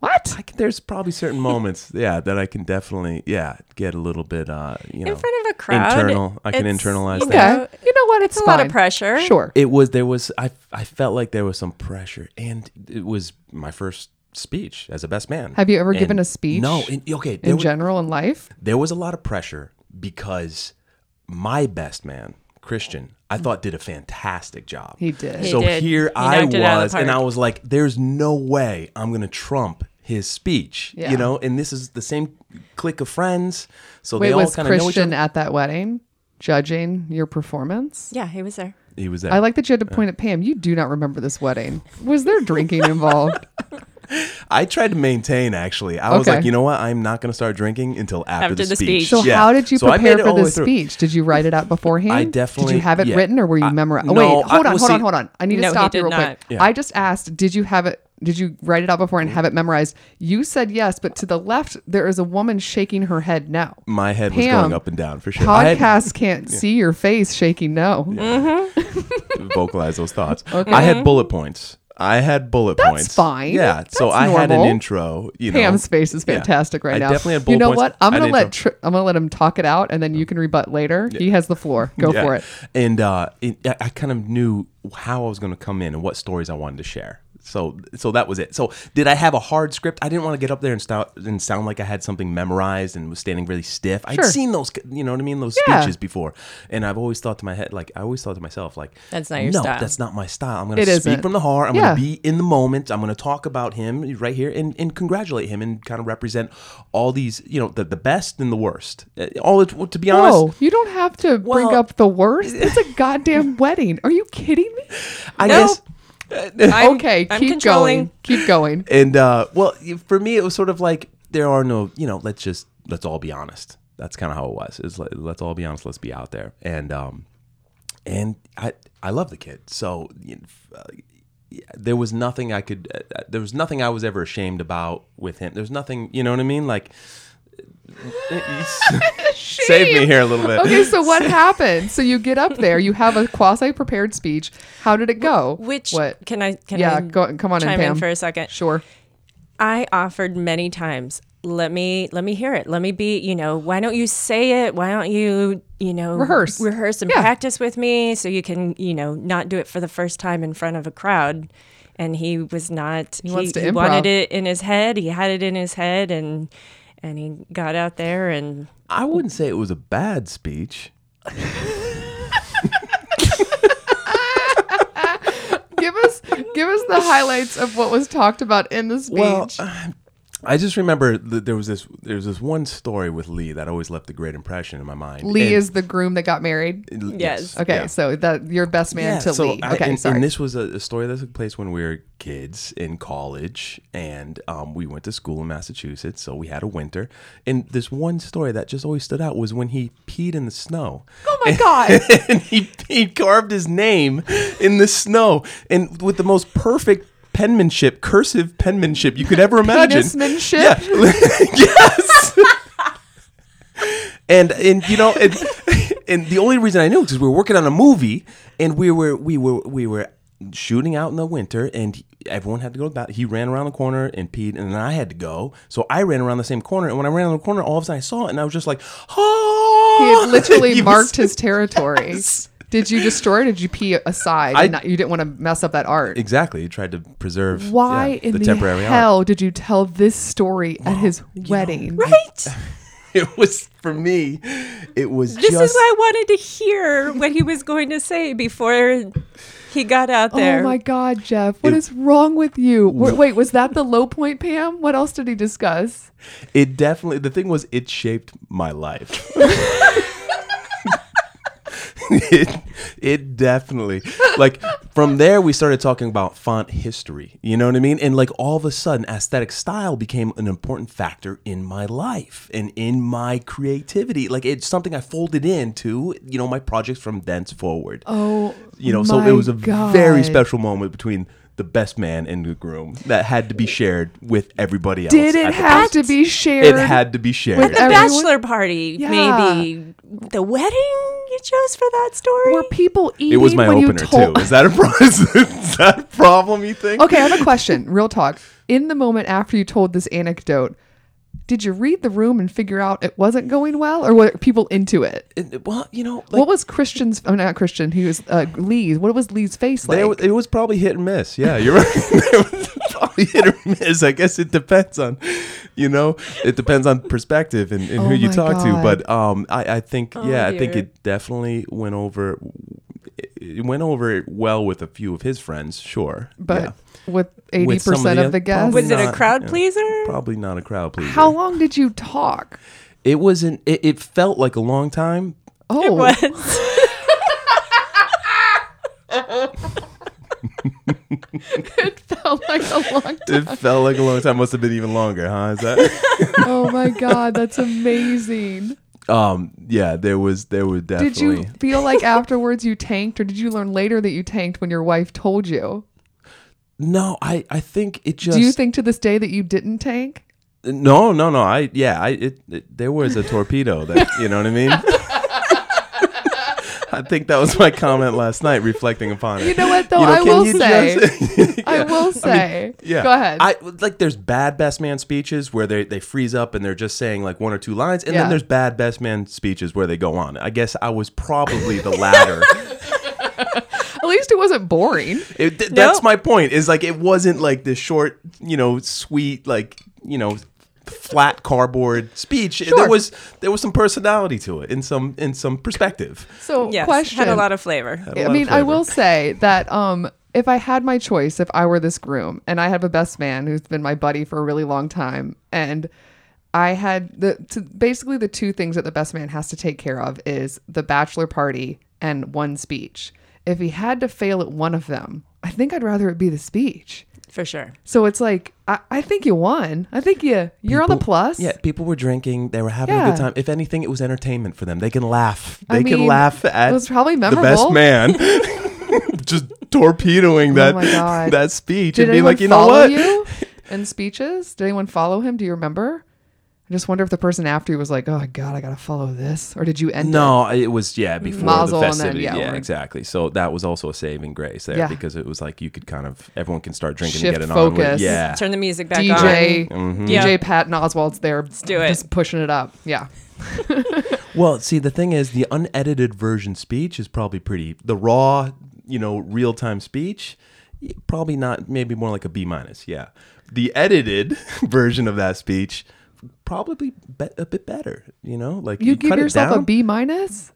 [SPEAKER 2] What?
[SPEAKER 4] I can, there's probably certain moments, yeah, that I can definitely, yeah, get a little bit, uh, you know,
[SPEAKER 3] In front of a crowd.
[SPEAKER 4] Internal. I can
[SPEAKER 3] it's-
[SPEAKER 4] internalize
[SPEAKER 3] you
[SPEAKER 2] Okay.
[SPEAKER 4] that.
[SPEAKER 3] know,
[SPEAKER 2] you know what? It's,
[SPEAKER 3] a lot of
[SPEAKER 2] fine.
[SPEAKER 3] pressure.
[SPEAKER 2] Sure.
[SPEAKER 4] It was there was I I felt like there was some pressure, and it was my first speech as a best man.
[SPEAKER 2] Have you ever
[SPEAKER 4] And-
[SPEAKER 2] given a speech
[SPEAKER 4] No. And, okay. There,
[SPEAKER 2] in
[SPEAKER 4] wa-
[SPEAKER 2] general in life.
[SPEAKER 4] there was a lot of pressure because my best man Christian, I thought, did a fantastic job.
[SPEAKER 2] He did.
[SPEAKER 3] He
[SPEAKER 4] so
[SPEAKER 3] did.
[SPEAKER 4] here
[SPEAKER 3] He
[SPEAKER 4] I
[SPEAKER 3] knocked it out of the
[SPEAKER 4] was, and I
[SPEAKER 3] park.
[SPEAKER 4] was like, "There's no way I'm gonna trump his speech."
[SPEAKER 2] Yeah.
[SPEAKER 4] You know, and this is the same clique of friends, so
[SPEAKER 2] Wait,
[SPEAKER 4] they all
[SPEAKER 2] was
[SPEAKER 4] kind of know each
[SPEAKER 2] Christian
[SPEAKER 4] other.
[SPEAKER 2] at that wedding judging your performance?
[SPEAKER 3] Yeah, he was there.
[SPEAKER 4] He was there.
[SPEAKER 2] I like that you
[SPEAKER 4] Uh.
[SPEAKER 2] had to point at Pam. You do not remember this wedding. Was there drinking involved?
[SPEAKER 4] I tried to maintain actually. I was
[SPEAKER 2] Okay.
[SPEAKER 4] like, you know what? I'm not going to start drinking until after, the, speech.
[SPEAKER 2] So
[SPEAKER 4] Yeah.
[SPEAKER 2] how did you
[SPEAKER 4] So I made
[SPEAKER 2] prepare
[SPEAKER 4] it
[SPEAKER 2] for
[SPEAKER 4] all the way
[SPEAKER 2] this
[SPEAKER 4] through.
[SPEAKER 2] speech? Did you write it out beforehand? Did
[SPEAKER 4] definitely-
[SPEAKER 2] you have it
[SPEAKER 4] yeah.
[SPEAKER 2] written, or were you
[SPEAKER 4] I-
[SPEAKER 2] memorized?
[SPEAKER 4] no,
[SPEAKER 2] oh, wait,
[SPEAKER 4] I-
[SPEAKER 2] hold on,
[SPEAKER 4] well,
[SPEAKER 2] hold on,
[SPEAKER 4] see-
[SPEAKER 2] hold on. I need
[SPEAKER 3] No,
[SPEAKER 2] to
[SPEAKER 3] he
[SPEAKER 2] stop
[SPEAKER 3] did
[SPEAKER 2] you real quick.
[SPEAKER 3] not.
[SPEAKER 4] Yeah.
[SPEAKER 2] I just asked, did you have it? Did you write it out beforehand, have it memorized? You said yes, but to the left there is a woman shaking her head no.
[SPEAKER 4] My head was
[SPEAKER 2] Pam,
[SPEAKER 4] going up and down for sure. I had
[SPEAKER 2] Podcasts can't see your face shaking no.
[SPEAKER 4] to vocalize those thoughts. I had bullet points. I had bullet points.
[SPEAKER 2] fine.
[SPEAKER 4] Yeah. so
[SPEAKER 2] That's
[SPEAKER 4] I had an
[SPEAKER 2] normal.
[SPEAKER 4] intro. You know,
[SPEAKER 2] Pam's face is
[SPEAKER 4] Yeah.
[SPEAKER 2] fantastic right
[SPEAKER 4] I
[SPEAKER 2] now.
[SPEAKER 4] definitely had bullet
[SPEAKER 2] you know
[SPEAKER 4] points.
[SPEAKER 2] what? I'm
[SPEAKER 4] I had
[SPEAKER 2] gonna
[SPEAKER 4] an
[SPEAKER 2] let
[SPEAKER 4] intro.
[SPEAKER 2] Tri- I'm gonna let him talk it out, and then you can rebut later. He has the floor. Go
[SPEAKER 4] Yeah.
[SPEAKER 2] for it.
[SPEAKER 4] And uh, it, I I kind of knew how I was going to come in and what stories I wanted to share. So, so that was it. So, did I have a hard script? I didn't want to get up there and, stout, and sound like I had something memorized and was standing really stiff. I'd
[SPEAKER 2] Sure.
[SPEAKER 4] seen those, you know what I mean, those
[SPEAKER 2] Yeah.
[SPEAKER 4] speeches before, and I've always thought to my head, like I always thought to myself, like
[SPEAKER 3] That's not your
[SPEAKER 4] no,
[SPEAKER 3] style."
[SPEAKER 4] that's not my style. I'm going
[SPEAKER 2] It
[SPEAKER 4] to speak
[SPEAKER 2] isn't.
[SPEAKER 4] from the heart. I'm
[SPEAKER 2] Yeah.
[SPEAKER 4] going to be in the moment. I'm going to talk about him right here and, and congratulate him and kind of represent all these, you know, the, the best and the worst. Uh, All it, to be honest,
[SPEAKER 2] Whoa, you don't have to bring
[SPEAKER 4] Well-
[SPEAKER 2] up the worst. It's a goddamn wedding. Are you kidding me?
[SPEAKER 4] I
[SPEAKER 3] No.
[SPEAKER 4] guess.
[SPEAKER 3] I'm-
[SPEAKER 2] okay,
[SPEAKER 3] I'm
[SPEAKER 2] keep
[SPEAKER 3] controlling.
[SPEAKER 2] going. Keep going.
[SPEAKER 4] And uh, well, for me, it was sort of like there are no, you know, let's just let's all be honest. That's kind of how it was. It's like, let's all be honest. Let's be out there. And um, and I I love the kid. So you know, f- uh, yeah, there was nothing I could. Uh, uh, there was nothing I was ever ashamed about with him. There's nothing. You know what I mean? Like. Save me here a little bit.
[SPEAKER 2] Okay, so what happened? So you get up there, you have a quasi prepared speech. How did it go?
[SPEAKER 3] Which
[SPEAKER 2] what?
[SPEAKER 3] can I can
[SPEAKER 2] yeah,
[SPEAKER 3] I
[SPEAKER 2] go come on in,
[SPEAKER 3] chime
[SPEAKER 2] Pam.
[SPEAKER 3] in for a second?
[SPEAKER 2] Sure.
[SPEAKER 3] I offered many times. Let me let me hear it. Let me be, you know, why don't you say it? Why don't you, you know,
[SPEAKER 2] Rehearse.
[SPEAKER 3] rehearse and
[SPEAKER 2] Yeah.
[SPEAKER 3] practice with me so you can, you know, not do it for the first time in front of a crowd. And he was not he,
[SPEAKER 2] wants to
[SPEAKER 3] he
[SPEAKER 2] improv.
[SPEAKER 3] wanted it in his head. He had it in his head and and he got out there and
[SPEAKER 4] I wouldn't say it was a bad speech.
[SPEAKER 2] Give us give us the highlights of what was talked about in the speech.
[SPEAKER 4] Well, I just remember th- there was this there was this one story with Lee that always left a great impression in my mind.
[SPEAKER 2] Lee
[SPEAKER 4] And-
[SPEAKER 2] is the groom that got married.
[SPEAKER 3] Yes.
[SPEAKER 2] Okay,
[SPEAKER 4] yeah.
[SPEAKER 2] so that your best man
[SPEAKER 4] Yeah,
[SPEAKER 2] to
[SPEAKER 4] so
[SPEAKER 2] Lee.
[SPEAKER 4] I-
[SPEAKER 2] Okay,
[SPEAKER 4] and,
[SPEAKER 2] sorry.
[SPEAKER 4] and this was a, a story that took place when we were kids in college, and um, we went to school in Massachusetts, so we had a winter. And this one story that just always stood out was when he peed in the snow.
[SPEAKER 2] oh my god.
[SPEAKER 4] and he, he carved his name in the snow, and with the most perfect penmanship, cursive penmanship you could ever imagine.
[SPEAKER 2] Penismanship?
[SPEAKER 4] Yeah. yes. and and you know and, and the only reason I knew because we were working on a movie and we were we were we were shooting out in the winter and everyone had to go to that he ran around the corner and peed and then I had to go so I ran around the same corner and when I ran around the corner all of a sudden I saw it and I was just like oh
[SPEAKER 2] He had literally
[SPEAKER 4] He was-
[SPEAKER 2] marked his territory. Did you destroy? Or did you pee aside?
[SPEAKER 4] I-
[SPEAKER 2] and not, you didn't want to mess up that art.
[SPEAKER 4] Exactly. He tried to preserve
[SPEAKER 2] Why
[SPEAKER 4] yeah,
[SPEAKER 2] in the,
[SPEAKER 4] temporary art.
[SPEAKER 2] hell did you tell this story at his wedding?
[SPEAKER 3] right.
[SPEAKER 4] It was for me. It was
[SPEAKER 3] This
[SPEAKER 4] just
[SPEAKER 3] is why I wanted to hear what he was going to say before he got out there.
[SPEAKER 2] Oh my God, Jeff! What is wrong with you? Wait, wait, was that the low point, Pam? What else did he discuss?
[SPEAKER 4] it definitely the thing was it shaped my life. it, it definitely like From there, we started talking about font history. You know what I mean? And like all of a sudden, aesthetic style became an important factor in my life and in my creativity. Like it's something I folded into, you know, my projects from thence forward.
[SPEAKER 2] Oh,
[SPEAKER 4] you know, so it was a very
[SPEAKER 2] special.
[SPEAKER 4] special moment between the best man and the groom that had to be shared with everybody else.
[SPEAKER 2] Did
[SPEAKER 4] at
[SPEAKER 2] it
[SPEAKER 4] the
[SPEAKER 2] have to
[SPEAKER 4] fest.
[SPEAKER 2] be shared?
[SPEAKER 4] It had to be shared.
[SPEAKER 2] With
[SPEAKER 3] The
[SPEAKER 2] Everyone-
[SPEAKER 3] bachelor party,
[SPEAKER 2] Yeah.
[SPEAKER 3] maybe the wedding you chose for that story.
[SPEAKER 2] Were people eating?
[SPEAKER 4] it was my
[SPEAKER 2] when you
[SPEAKER 4] opener
[SPEAKER 2] told- Oh.
[SPEAKER 4] too. Is that a problem? Is that a problem? You think?
[SPEAKER 2] okay, I have a question. Real talk. In the moment after you told this anecdote, did you read the room and figure out it wasn't going well, or were people into it?
[SPEAKER 4] It- well, you know, like,
[SPEAKER 2] what was Christian's? Oh, not Christian. He was uh, Lee's. What was Lee's face like?
[SPEAKER 4] They- it was probably hit and miss. Yeah, you're right. It was probably hit or miss. I guess it depends on, you know, it depends on perspective and, and
[SPEAKER 2] Oh
[SPEAKER 4] who you
[SPEAKER 2] my
[SPEAKER 4] talk
[SPEAKER 2] God. Oh,
[SPEAKER 4] to. But um, I, I think yeah, I think
[SPEAKER 3] dear.
[SPEAKER 4] it definitely went over. It it went over well with a few of his friends, sure.
[SPEAKER 2] but
[SPEAKER 4] yeah.
[SPEAKER 2] with eighty
[SPEAKER 4] With some of
[SPEAKER 2] percent
[SPEAKER 4] the
[SPEAKER 2] of the
[SPEAKER 4] other-
[SPEAKER 2] guests,
[SPEAKER 3] was it a
[SPEAKER 4] Not-
[SPEAKER 3] crowd
[SPEAKER 4] yeah.
[SPEAKER 3] pleaser?
[SPEAKER 4] probably not a crowd pleaser.
[SPEAKER 2] how long did you talk?
[SPEAKER 4] it wasn't. It, it felt like a long time.
[SPEAKER 2] Oh,
[SPEAKER 3] was.
[SPEAKER 2] it felt like oh a long time.
[SPEAKER 4] It felt like a long time. Must have been even longer, huh? Is that?
[SPEAKER 2] Oh my god, that's amazing.
[SPEAKER 4] Um, yeah, there was there were definitely.
[SPEAKER 2] Did you feel like afterwards you tanked, or did you learn later that you tanked when your wife told you?
[SPEAKER 4] No, I I think it just.
[SPEAKER 2] Do you think to this day that you didn't tank?
[SPEAKER 4] No, no, no. I yeah. I it, it there was a torpedo that you know what I mean. I think that was my comment last night, reflecting upon it.
[SPEAKER 2] You know what though?
[SPEAKER 4] You know,
[SPEAKER 2] I
[SPEAKER 4] can
[SPEAKER 2] will
[SPEAKER 4] you
[SPEAKER 2] say,
[SPEAKER 4] just-
[SPEAKER 2] I will say.
[SPEAKER 4] yeah.
[SPEAKER 2] Go ahead.
[SPEAKER 4] I like there's bad best man speeches where they, they freeze up and they're just saying like one or two lines, and
[SPEAKER 2] Yeah.
[SPEAKER 4] then there's bad best man speeches where they go on. I guess I was probably the latter.
[SPEAKER 2] At least it wasn't boring.
[SPEAKER 4] It, th- That's my point. Is like it wasn't like this short, you know, sweet, like you know, flat cardboard speech.
[SPEAKER 2] Sure.
[SPEAKER 4] There was there was some personality to it, and some and some perspective.
[SPEAKER 2] So
[SPEAKER 3] yes,
[SPEAKER 2] question.
[SPEAKER 3] had a lot of flavor.
[SPEAKER 4] Had a
[SPEAKER 2] I
[SPEAKER 4] lot of
[SPEAKER 2] mean, I
[SPEAKER 4] flavor.
[SPEAKER 2] will say that um, if I had my choice, if I were this groom and I have a best man who's been my buddy for a really long time, and I had the to, basically the two things that the best man has to take care of is the bachelor party and one speech. If he had to fail at one of them, I think I'd rather it be the speech.
[SPEAKER 3] For sure.
[SPEAKER 2] So it's like I, I think you won. I think you you're on the
[SPEAKER 4] People-
[SPEAKER 2] plus.
[SPEAKER 4] Yeah, people were drinking. They were having a
[SPEAKER 2] Yeah.
[SPEAKER 4] good time. If anything, it was entertainment for them. They can laugh. They
[SPEAKER 2] I
[SPEAKER 4] can
[SPEAKER 2] mean,
[SPEAKER 4] laugh at
[SPEAKER 2] it was probably
[SPEAKER 4] the
[SPEAKER 2] memorable.
[SPEAKER 4] best man. Just torpedoing that
[SPEAKER 2] Oh my God.
[SPEAKER 4] that speech
[SPEAKER 2] Did
[SPEAKER 4] and being
[SPEAKER 2] anyone
[SPEAKER 4] like, you know
[SPEAKER 2] follow
[SPEAKER 4] what?
[SPEAKER 2] you in speeches? Did anyone follow him? Do you remember? I just wonder if the person after you was like, "Oh God, I gotta follow this," or did you end? it?
[SPEAKER 4] No, it was yeah before
[SPEAKER 2] Mazel
[SPEAKER 4] the
[SPEAKER 2] and then,
[SPEAKER 4] festivity.
[SPEAKER 2] yeah,
[SPEAKER 4] yeah,
[SPEAKER 2] we're-
[SPEAKER 4] exactly. So that was also a saving grace there
[SPEAKER 2] Yeah.
[SPEAKER 4] because it was like you could kind of everyone can start drinking
[SPEAKER 2] Shift
[SPEAKER 4] and get it on.
[SPEAKER 2] focus.
[SPEAKER 4] With, yeah,
[SPEAKER 3] Turn the music back on.
[SPEAKER 2] DJ,
[SPEAKER 4] Mm-hmm.
[SPEAKER 3] Yeah.
[SPEAKER 2] DJ Patton Oswald's there. Let's
[SPEAKER 3] do it.
[SPEAKER 2] Just pushing it up. Yeah.
[SPEAKER 4] Well, see, the thing is, the unedited version speech is probably pretty. The raw, you know, real time speech, y- probably not. Maybe more like a B minus. Yeah, the edited version of that speech probably be- a bit better. You know, like
[SPEAKER 2] You, give
[SPEAKER 4] cut
[SPEAKER 2] yourself
[SPEAKER 4] it
[SPEAKER 2] a
[SPEAKER 4] down.
[SPEAKER 2] B minus.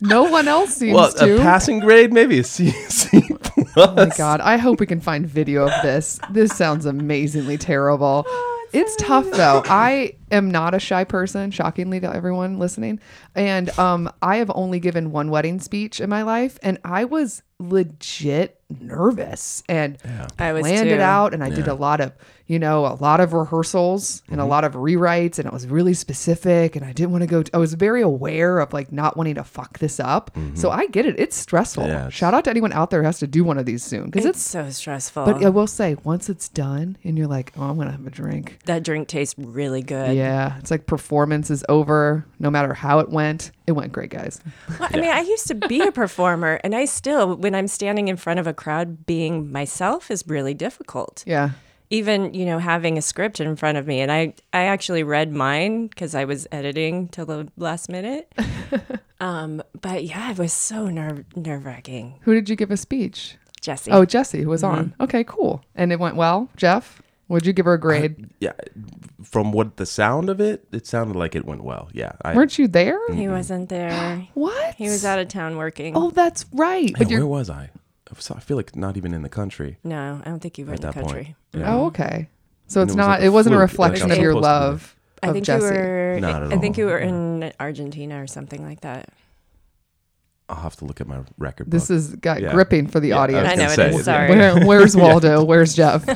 [SPEAKER 2] no one else seems
[SPEAKER 4] Well,
[SPEAKER 2] to.
[SPEAKER 4] a passing grade, maybe a C. C plus.
[SPEAKER 2] Oh my God, I hope we can find video of this. This sounds amazingly terrible.
[SPEAKER 3] Oh,
[SPEAKER 2] It's tough though. I am not a shy person, shockingly to everyone listening. And um, I have only given one wedding speech in my life, and I was legit nervous and
[SPEAKER 3] I was
[SPEAKER 2] planned it
[SPEAKER 3] too.
[SPEAKER 2] out. And I did a lot of, you know, a lot of rehearsals and a
[SPEAKER 4] Mm-hmm.
[SPEAKER 2] lot of rewrites, and I was really specific. And I didn't want to go. I was very aware of like not wanting to fuck this up. So I get it. It's stressful.
[SPEAKER 4] Mm-hmm. Yeah, it's-
[SPEAKER 2] Shout out to anyone out there who has to do one of these soon because
[SPEAKER 3] It's,
[SPEAKER 2] it's
[SPEAKER 3] so stressful.
[SPEAKER 2] but I will say, once it's done and you're like, oh, I'm going to have a drink.
[SPEAKER 3] that drink tastes really good.
[SPEAKER 2] Yeah. It's like performance is over. No matter how it went, it went great, guys.
[SPEAKER 3] Well, I mean, I used to be a performer, and I still, when I'm standing in front of a crowd, being myself is really difficult.
[SPEAKER 2] Yeah.
[SPEAKER 3] Even you know having a script in front of me, and I I actually read mine because I was editing till the last minute. um, but yeah, it was so nerve nerve wracking,
[SPEAKER 2] Who did you give a speech?
[SPEAKER 3] Jesse.
[SPEAKER 2] Oh, Jesse, who was
[SPEAKER 3] Mm-hmm.
[SPEAKER 2] on. Okay, cool. And it went well. Jeff, would you give her a grade?
[SPEAKER 4] Yeah, from what the sound of it, it sounded like it went well. Yeah, I,
[SPEAKER 2] Weren't you there?
[SPEAKER 3] he wasn't there.
[SPEAKER 2] What?
[SPEAKER 3] He was out of town working.
[SPEAKER 2] Oh, that's right.
[SPEAKER 4] Man,
[SPEAKER 2] But you're.
[SPEAKER 4] where was I? I was- I feel like not even in the country
[SPEAKER 3] No, I don't think you were in
[SPEAKER 4] at
[SPEAKER 3] the
[SPEAKER 4] that
[SPEAKER 3] country.
[SPEAKER 4] point. Yeah.
[SPEAKER 2] Oh, okay. So
[SPEAKER 4] And
[SPEAKER 2] it's
[SPEAKER 4] it was
[SPEAKER 2] not,
[SPEAKER 4] like a
[SPEAKER 2] it wasn't a
[SPEAKER 4] fluke, like
[SPEAKER 2] reflection
[SPEAKER 3] I
[SPEAKER 2] of your
[SPEAKER 4] was supposed to be.
[SPEAKER 2] love
[SPEAKER 3] I
[SPEAKER 2] of
[SPEAKER 3] think
[SPEAKER 2] Jesse.
[SPEAKER 3] you were.
[SPEAKER 4] Not at
[SPEAKER 3] I think
[SPEAKER 4] all.
[SPEAKER 3] you were in Argentina or something like that.
[SPEAKER 4] I'll have to look at my record.
[SPEAKER 2] This
[SPEAKER 4] book.
[SPEAKER 2] is got
[SPEAKER 4] Yeah.
[SPEAKER 2] gripping for the
[SPEAKER 4] Yeah, I was
[SPEAKER 2] audience.
[SPEAKER 3] I know
[SPEAKER 4] gonna
[SPEAKER 3] it
[SPEAKER 4] say,
[SPEAKER 3] is. Sorry.
[SPEAKER 2] Where, where's Waldo? Where's Jeff?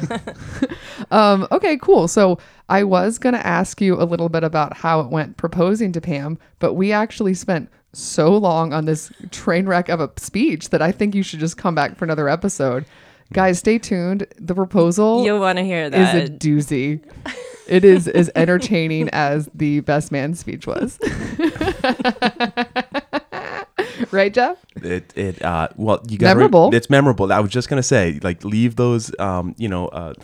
[SPEAKER 2] um, okay, cool. So I was going to ask you a little bit about how it went proposing to Pam, but we actually spent so long on this train wreck of a speech that I think you should just come back for another episode.
[SPEAKER 4] Hmm.
[SPEAKER 2] Guys, stay tuned. The proposal
[SPEAKER 3] You'll want to hear
[SPEAKER 2] is
[SPEAKER 3] that.
[SPEAKER 2] a doozy. It is as entertaining as the best man speech was. right, Jeff?
[SPEAKER 4] It it uh well you got
[SPEAKER 2] Memorable.
[SPEAKER 4] it's memorable. I was just gonna say like leave those um you know uh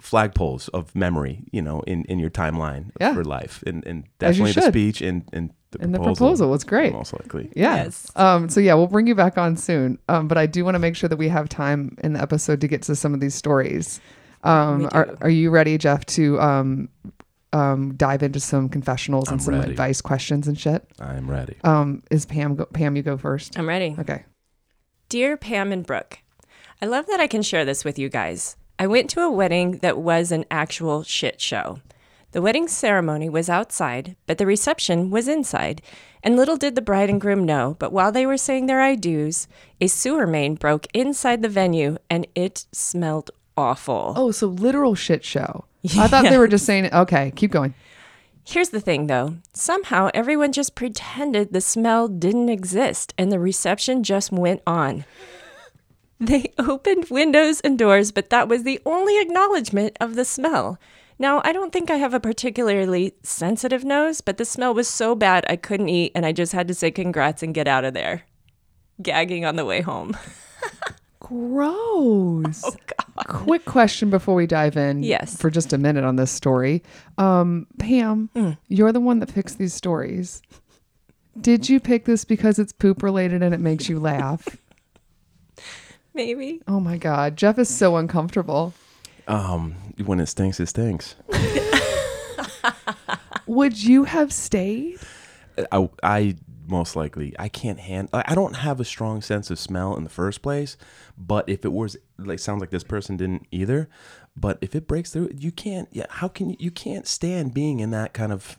[SPEAKER 4] flagpoles of memory you know in in your timeline
[SPEAKER 2] Yeah.
[SPEAKER 4] for life and and
[SPEAKER 2] As you
[SPEAKER 4] definitely the
[SPEAKER 2] should.
[SPEAKER 4] speech and and the
[SPEAKER 2] And the
[SPEAKER 4] proposal,
[SPEAKER 2] proposal was great.
[SPEAKER 4] most likely.
[SPEAKER 2] Yeah.
[SPEAKER 3] Yes.
[SPEAKER 2] Um, so yeah, we'll bring you back on soon. Um, but I do want to make sure that we have time in the episode to get to some of these stories.
[SPEAKER 3] We
[SPEAKER 2] Um,
[SPEAKER 3] do.
[SPEAKER 2] are, are you ready, Jeff, to um, um, dive into some confessionals and
[SPEAKER 4] I'm
[SPEAKER 2] some
[SPEAKER 4] ready.
[SPEAKER 2] advice questions and shit?
[SPEAKER 4] I'm ready.
[SPEAKER 2] Um, is Pam go- Pam? You go first.
[SPEAKER 3] I'm ready.
[SPEAKER 2] Okay.
[SPEAKER 3] Dear Pam and Brooke, I love that I can share this with you guys. I went to a wedding that was an actual shit show. The wedding ceremony was outside, but the reception was inside. And little did the bride and groom know, but while they were saying their I do's, a sewer main broke inside the venue and it smelled awful.
[SPEAKER 2] Oh, so literal shit show. I thought they were just saying. Okay, keep going.
[SPEAKER 3] Here's the thing though somehow everyone just pretended the smell didn't exist and the reception just went on. They opened windows and doors, but that was the only acknowledgement of the smell. Now, I don't think I have a particularly sensitive nose, but the smell was so bad I couldn't eat and I just had to say congrats and get out of there. Gagging on the way home.
[SPEAKER 2] Gross. Quick question before we dive in.
[SPEAKER 3] Yes.
[SPEAKER 2] For just a minute on this story. Um, Pam, you're the one that picks these stories. Did you pick this because it's poop related and it makes you laugh?
[SPEAKER 3] Maybe.
[SPEAKER 2] oh my God. Jeff is so uncomfortable.
[SPEAKER 4] Um, when it stinks, it stinks.
[SPEAKER 2] Would you have stayed?
[SPEAKER 4] I, I most likely I can't hand. I I don't have a strong sense of smell in the first place. But if it was like sounds like this person didn't either. But if it breaks through, you can't. Yeah, how can you? You can't stand being in that kind of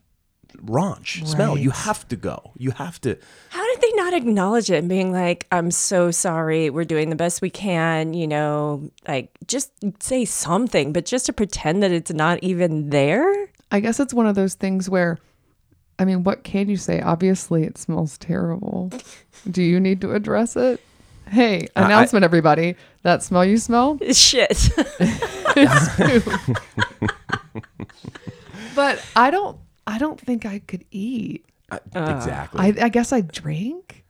[SPEAKER 4] raunch smell. You
[SPEAKER 2] Right.
[SPEAKER 4] have to go. You have to.
[SPEAKER 3] How did they not acknowledge it and being like, I'm so sorry, we're doing the best we can, you know, like just say something, but just to pretend that it's not even there?
[SPEAKER 2] I guess it's one of those things where, I mean, what can you say? Obviously, it smells terrible. Do you need to address it? Hey,
[SPEAKER 4] I-
[SPEAKER 2] announcement, everybody. That smell you smell
[SPEAKER 3] Shit.
[SPEAKER 2] but I don't. I don't think I could eat.
[SPEAKER 4] I, exactly.
[SPEAKER 2] I, I guess I drink.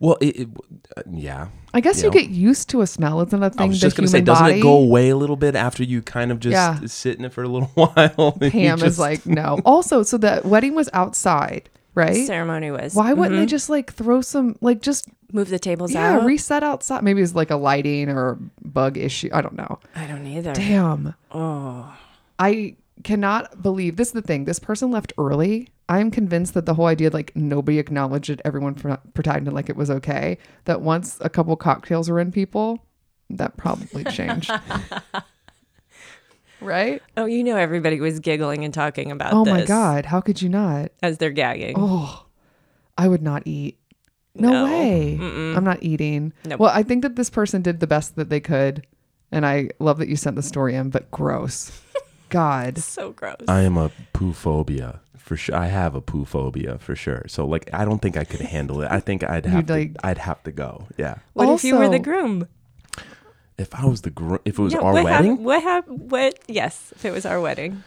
[SPEAKER 4] well, it, it- uh, yeah.
[SPEAKER 2] I guess you
[SPEAKER 4] know.
[SPEAKER 2] get used to a smell. It's another
[SPEAKER 4] I
[SPEAKER 2] thing.
[SPEAKER 4] was
[SPEAKER 2] the
[SPEAKER 4] just gonna say,
[SPEAKER 2] human
[SPEAKER 4] doesn't
[SPEAKER 2] body,
[SPEAKER 4] it go away a little bit after you kind of just
[SPEAKER 2] Yeah.
[SPEAKER 4] sit in it for a little while? and you
[SPEAKER 2] Pam is
[SPEAKER 4] just-
[SPEAKER 2] like no. Also, so the wedding was outside, right?
[SPEAKER 3] Ceremony was.
[SPEAKER 2] Why wouldn't
[SPEAKER 4] Mm-hmm.
[SPEAKER 2] they just like throw some like just
[SPEAKER 3] Move the tables
[SPEAKER 2] yeah
[SPEAKER 3] out.
[SPEAKER 2] reset outside? Maybe it's like a lighting or bug issue. I don't know.
[SPEAKER 3] I don't either.
[SPEAKER 2] Damn. Oh. I cannot believe this is the thing. This person left early. I'm convinced that the whole idea, like nobody acknowledged it, everyone pre- pretended like it was okay. That once a couple cocktails were in people, that probably changed. right?
[SPEAKER 3] Oh, you know, everybody was giggling and talking about
[SPEAKER 2] oh
[SPEAKER 3] this.
[SPEAKER 2] my God. Oh. How could you not?
[SPEAKER 3] As they're gagging.
[SPEAKER 2] I would not eat. No,
[SPEAKER 3] No.
[SPEAKER 2] way. I'm not eating.
[SPEAKER 3] Nope.
[SPEAKER 2] Well, I think that this person did the best that they could. And I love that you sent the story in, but gross. God.
[SPEAKER 3] So gross.
[SPEAKER 4] I am a poo phobia for sure. I have a poo phobia for sure. So like, I don't think I could handle it. I think I'd have to.
[SPEAKER 2] like-
[SPEAKER 4] I'd have to go. Yeah.
[SPEAKER 3] what if you were the
[SPEAKER 2] also-
[SPEAKER 3] groom?
[SPEAKER 4] If I was the gr- if it was
[SPEAKER 3] Yeah,
[SPEAKER 4] our
[SPEAKER 3] what
[SPEAKER 4] wedding,
[SPEAKER 3] Hap- what happened? What? Yes, if it was our wedding.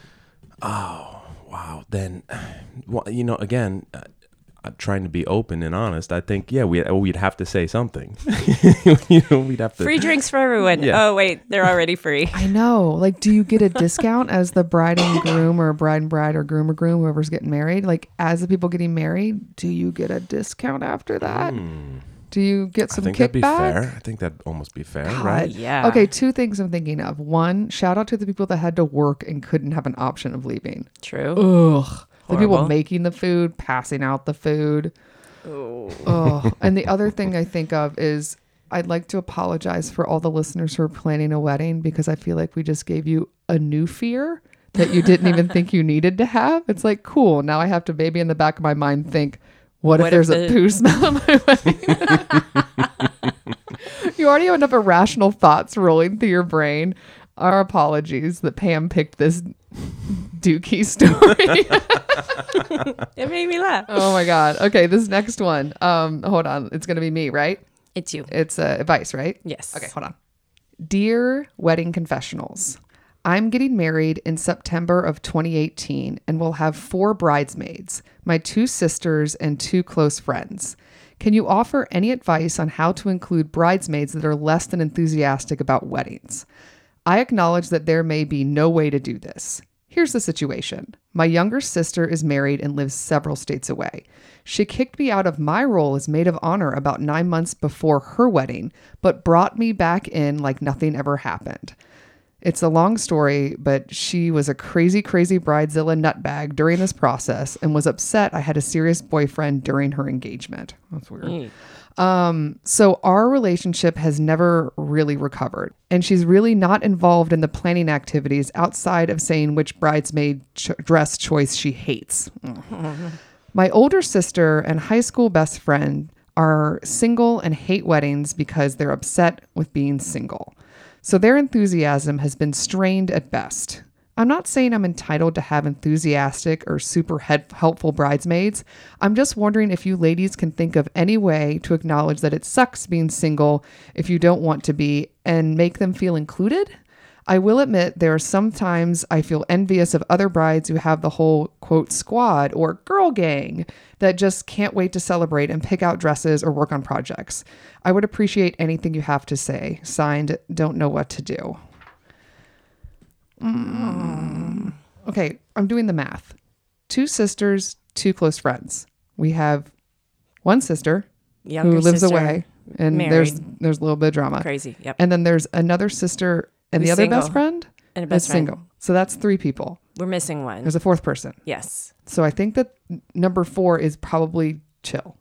[SPEAKER 4] wow. Then, well, you know, again, uh, I'm trying to be open and honest. I think, yeah, we oh, we'd have to say something. you know, we'd have to.
[SPEAKER 3] Free drinks for everyone.
[SPEAKER 4] Yeah.
[SPEAKER 3] Oh, wait, they're already free.
[SPEAKER 2] I know. Like, do you get a discount as the bride and groom, or bride and bride, or groom or groom, whoever's getting married? Like, as the people getting married, do you get a discount after that? Do you get
[SPEAKER 4] Hmm. I
[SPEAKER 2] some
[SPEAKER 4] think that'd be
[SPEAKER 2] kickback?
[SPEAKER 4] fair. I think that'd almost be fair,
[SPEAKER 2] God.
[SPEAKER 4] right?
[SPEAKER 3] Yeah.
[SPEAKER 2] Okay, two things I'm thinking of. One, shout out to the people that had to work and couldn't have an option of leaving.
[SPEAKER 3] True.
[SPEAKER 2] Ugh. The people
[SPEAKER 3] Horrible.
[SPEAKER 2] making the food, passing out the food. Ugh. and the other thing I think of is I'd like to apologize for all the listeners who are planning a wedding because I feel like we just gave you a new fear that you didn't even think you needed to have. It's like, cool, now I have to maybe in the back of my mind think, what, if
[SPEAKER 3] What
[SPEAKER 2] there's
[SPEAKER 3] if
[SPEAKER 2] a
[SPEAKER 3] the-
[SPEAKER 2] poo smell in my wedding? already have enough irrational thoughts rolling through your brain, our apologies that Pam picked this dookie story. Uh,
[SPEAKER 3] It made me laugh.
[SPEAKER 2] oh my god. Okay, this next one. Um, hold on. It's gonna be me, right?
[SPEAKER 3] It's you.
[SPEAKER 2] It's uh, advice, right?
[SPEAKER 3] Yes.
[SPEAKER 2] Okay, hold on. Dear Wedding Confessionals, I'm getting married in September of 2018 and will have four bridesmaids, my two sisters, and two close friends. Can you offer any advice on how to include bridesmaids that are less than enthusiastic about weddings? I acknowledge that there may be no way to do this. Here's the situation. My younger sister is married and lives several states away. She kicked me out of my role as maid of honor about nine months before her wedding, but brought me back in like nothing ever happened. It's a long story, but she was a crazy, crazy bridezilla nutbag during this process and was upset I had a serious boyfriend during her engagement. That's weird. So our relationship has never really recovered, and she's really not involved in the planning activities outside of saying which bridesmaid ch- dress choice she hates. My older sister and high school best friend are single and hate weddings because they're upset with being single. So their enthusiasm has been strained at best. I'm not saying I'm entitled to have enthusiastic or super head- helpful bridesmaids. I'm just wondering if you ladies can think of any way to acknowledge that it sucks being single if you don't want to be and make them feel included. I will admit there are sometimes I feel envious of other brides who have the whole quote squad or girl gang that just can't wait to celebrate and pick out dresses or work on projects. I would appreciate anything you have to say. Signed, don't know what to do. Mm. Okay, I'm doing the math. Two sisters, two close friends. We have one sister
[SPEAKER 3] Younger
[SPEAKER 2] who lives
[SPEAKER 3] sister.
[SPEAKER 2] away, and there's
[SPEAKER 3] married.
[SPEAKER 2] there's a little bit of drama.
[SPEAKER 3] Crazy. Yep.
[SPEAKER 2] And then there's another sister and
[SPEAKER 3] Who's
[SPEAKER 2] the other best
[SPEAKER 3] single.
[SPEAKER 2] friend
[SPEAKER 3] And a
[SPEAKER 2] is
[SPEAKER 3] best friend.
[SPEAKER 2] single. So that's three people.
[SPEAKER 3] We're missing one.
[SPEAKER 2] There's a fourth person.
[SPEAKER 3] yes.
[SPEAKER 2] So I think that n- number four is probably chill.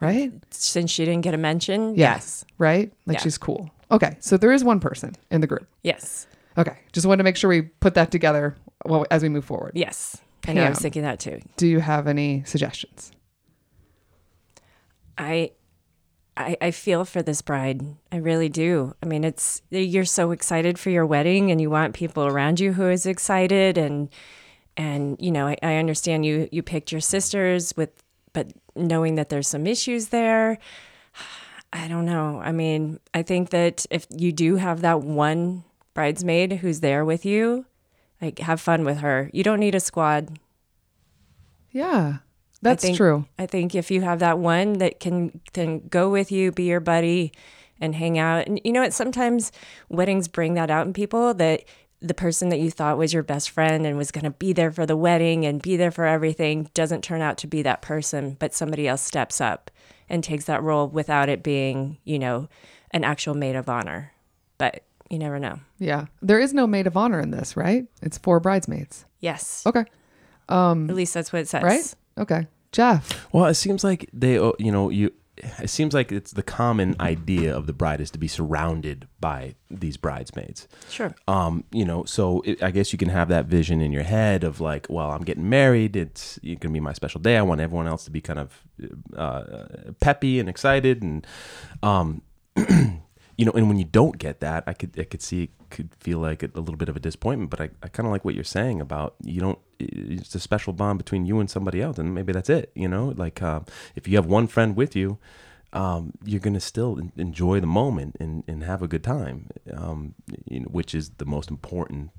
[SPEAKER 2] Right?
[SPEAKER 3] Since she didn't get a mention. Yes.
[SPEAKER 2] Right? Like
[SPEAKER 3] Yeah.
[SPEAKER 2] she's cool. Okay. So there is one person in the group.
[SPEAKER 3] Yes.
[SPEAKER 2] Okay. Just wanted to make sure we put that together well, as we move forward.
[SPEAKER 3] Yes. I know. I was
[SPEAKER 2] Pam.
[SPEAKER 3] thinking that too.
[SPEAKER 2] Do you have any suggestions?
[SPEAKER 3] I, I, I feel for this bride. I really do. I mean, it's you're so excited for your wedding, and you want people around you who is excited, and and you know, I, I understand you you picked your sisters with, but knowing that there's some issues there. I don't know. I mean, I think that if you do have that one bridesmaid who's there with you, like have fun with her. You don't need a squad.
[SPEAKER 2] Yeah. That's
[SPEAKER 3] I think,
[SPEAKER 2] true.
[SPEAKER 3] I think if you have that one that can can go with you, be your buddy, and hang out. And you know what? Sometimes weddings bring that out in people that the person that you thought was your best friend and was going to be there for the wedding and be there for everything doesn't turn out to be that person, but somebody else steps up and takes that role without it being, you know, an actual maid of honor. But you never know.
[SPEAKER 2] Yeah. There is no maid of honor in this, right? It's four bridesmaids.
[SPEAKER 3] Yes.
[SPEAKER 2] Okay.
[SPEAKER 3] At least that's what it says.
[SPEAKER 2] Oh. Right? Okay. Jeff.
[SPEAKER 4] Well, it seems like they, oh, you know, you. It seems like it's the common idea of the bride is to be surrounded by these bridesmaids.
[SPEAKER 3] Sure.
[SPEAKER 4] Um, you know, so it, I guess you can have that vision in your head of like, well, I'm getting married. It's going to be my special day. I want everyone else to be kind of uh, peppy and excited, and um, you know, and when you don't get that, I could I could see it could feel like a, a little bit of a disappointment. But I, I kind of like what you're saying about you don't. It's a special bond between you and somebody else, and maybe that's it. You know, like um, if you have one friend with you, um, you're gonna still en- enjoy the moment and, and have a good time, um, you know, which is the most important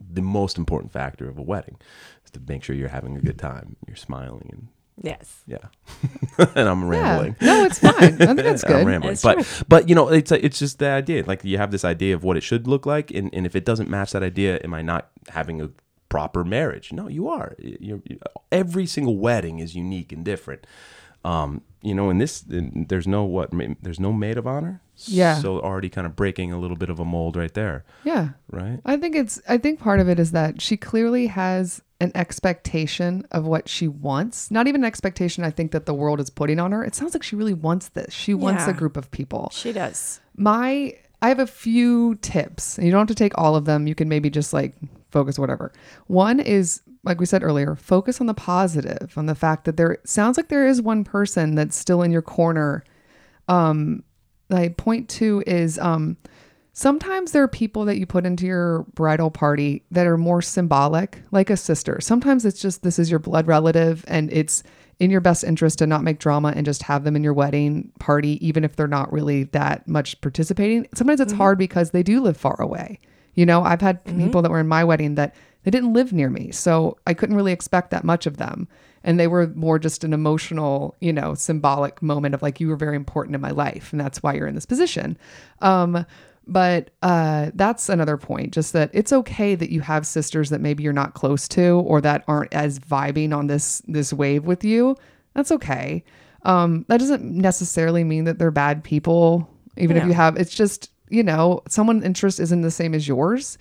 [SPEAKER 4] the most important factor of a wedding is to make sure you're having a good time, you're smiling, and
[SPEAKER 3] Yes.
[SPEAKER 4] yeah, and I'm rambling.
[SPEAKER 2] Yeah. No, it's fine. I think that's good.
[SPEAKER 4] I'm rambling,
[SPEAKER 3] That's
[SPEAKER 4] but but you know, it's a, it's just the idea. Like you have this idea of what it should look like, and, and if it doesn't match that idea, am I not having a proper marriage? No, you are. You're, you every single wedding is unique and different. Um, you know, and this and there's no what ma- there's no maid of honor.
[SPEAKER 2] Yeah.
[SPEAKER 4] So already kind of breaking a little bit of a mold right there,
[SPEAKER 2] Yeah.
[SPEAKER 4] right?
[SPEAKER 2] I think it's I think part of it is that she clearly has an expectation of what she wants. Not even an expectation I think that the world is putting on her. It sounds like she really wants this. She wants a
[SPEAKER 3] Yeah.
[SPEAKER 2] group of people.
[SPEAKER 3] She does.
[SPEAKER 2] My I have a few tips. You don't have to take all of them. You can maybe just like focus whatever. One is like we said earlier, focus on the positive, on the fact that there sounds like there is one person that's still in your corner I Um, point to is um, sometimes there are people that you put into your bridal party that are more symbolic, like a sister. Sometimes it's just this is your blood relative and it's in your best interest to not make drama and just have them in your wedding party, even if they're not really that much participating. Sometimes it's hard because they do live far away. You know, I've had people that were in my wedding that they didn't live near me, so I couldn't really expect that much of them. And they were more just an emotional, you know, symbolic moment of like, you were very important in my life, and that's why you're in this position. Um, but uh, that's another point, just that it's okay that you have sisters that maybe you're not close to or that aren't as vibing on this this wave with you. That's okay. Um, that doesn't necessarily mean that they're bad people, even if you have. It's just you know, someone's interest isn't the same as yours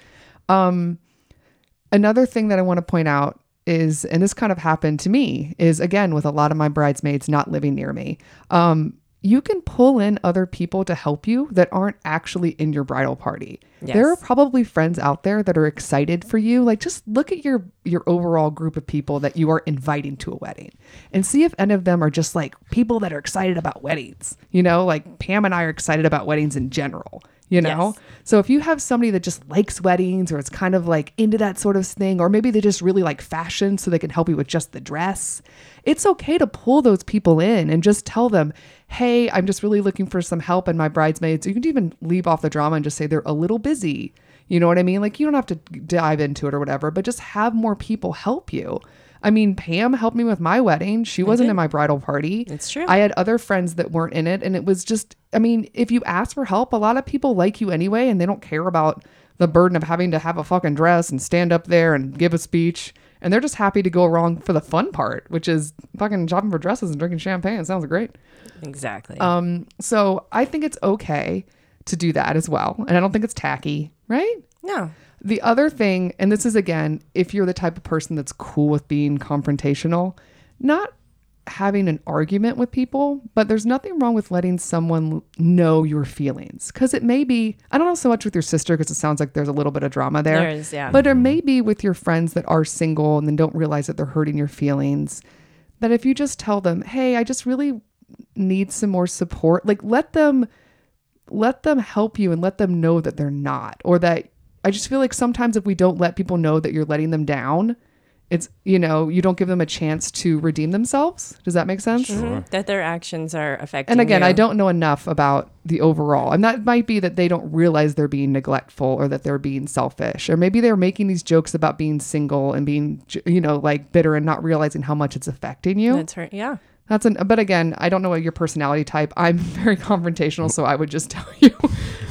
[SPEAKER 2] another thing that I want to point out is, and this kind of happened to me, is again with a lot of my bridesmaids not living near me. Um, you can pull in other people to help you that aren't actually in your bridal party. There are
[SPEAKER 3] Yes.
[SPEAKER 2] probably friends out there that are excited for you. Like just look at your your overall group of people that you are inviting to a wedding and see if any of them are just like people that are excited about weddings. You know, like Pam and I are excited about weddings in general, you know?
[SPEAKER 3] Yes.
[SPEAKER 2] So if you have somebody that just likes weddings or it's kind of like into that sort of thing, or maybe they just really like fashion so they can help you with just the dress, it's okay to pull those people in and just tell them, hey, I'm just really looking for some help and my bridesmaids. You can even leave off the drama and just say they're a little busy. You know what I mean? Like you don't have to dive into it or whatever, but just have more people help you. I mean, Pam helped me with my wedding. She wasn't in my bridal party.
[SPEAKER 3] It's true.
[SPEAKER 2] I had other friends that weren't in it, and it was just, I mean, if you ask for help, a lot of people like you anyway, and they don't care about the burden of having to have a fucking dress and stand up there and give a speech. And they're just happy to go along for the fun part, which is fucking shopping for dresses and drinking champagne. It sounds great.
[SPEAKER 3] Exactly.
[SPEAKER 2] Um, so I think it's okay to do that as well. And I don't think it's tacky, right?
[SPEAKER 3] no.
[SPEAKER 2] The other thing, and this is again, if you're the type of person that's cool with being confrontational, not having an argument with people, but there's nothing wrong with letting someone know your feelings. Cause it may be, I don't know so much with your sister, because it sounds like there's a little bit of drama there.
[SPEAKER 3] There is, yeah.
[SPEAKER 2] But or maybe with your friends that are single and then don't realize that they're hurting your feelings, that if you just tell them, hey, I just really need some more support, like let them let them help you and let them know that they're not or that i just feel like sometimes if we don't let people know that you're letting them down it's you know you don't give them a chance to redeem themselves does that make sense
[SPEAKER 3] Mhm. That their actions are affecting
[SPEAKER 2] and again
[SPEAKER 3] you.
[SPEAKER 2] i don't know enough about the overall and that might be that they don't realize they're being neglectful or that they're being selfish or maybe they're making these jokes about being single and being you know like bitter and not realizing how much it's affecting you
[SPEAKER 3] That's her. Yeah.
[SPEAKER 2] that's an, but again, I don't know your personality type. I'm very confrontational, so I would just tell you.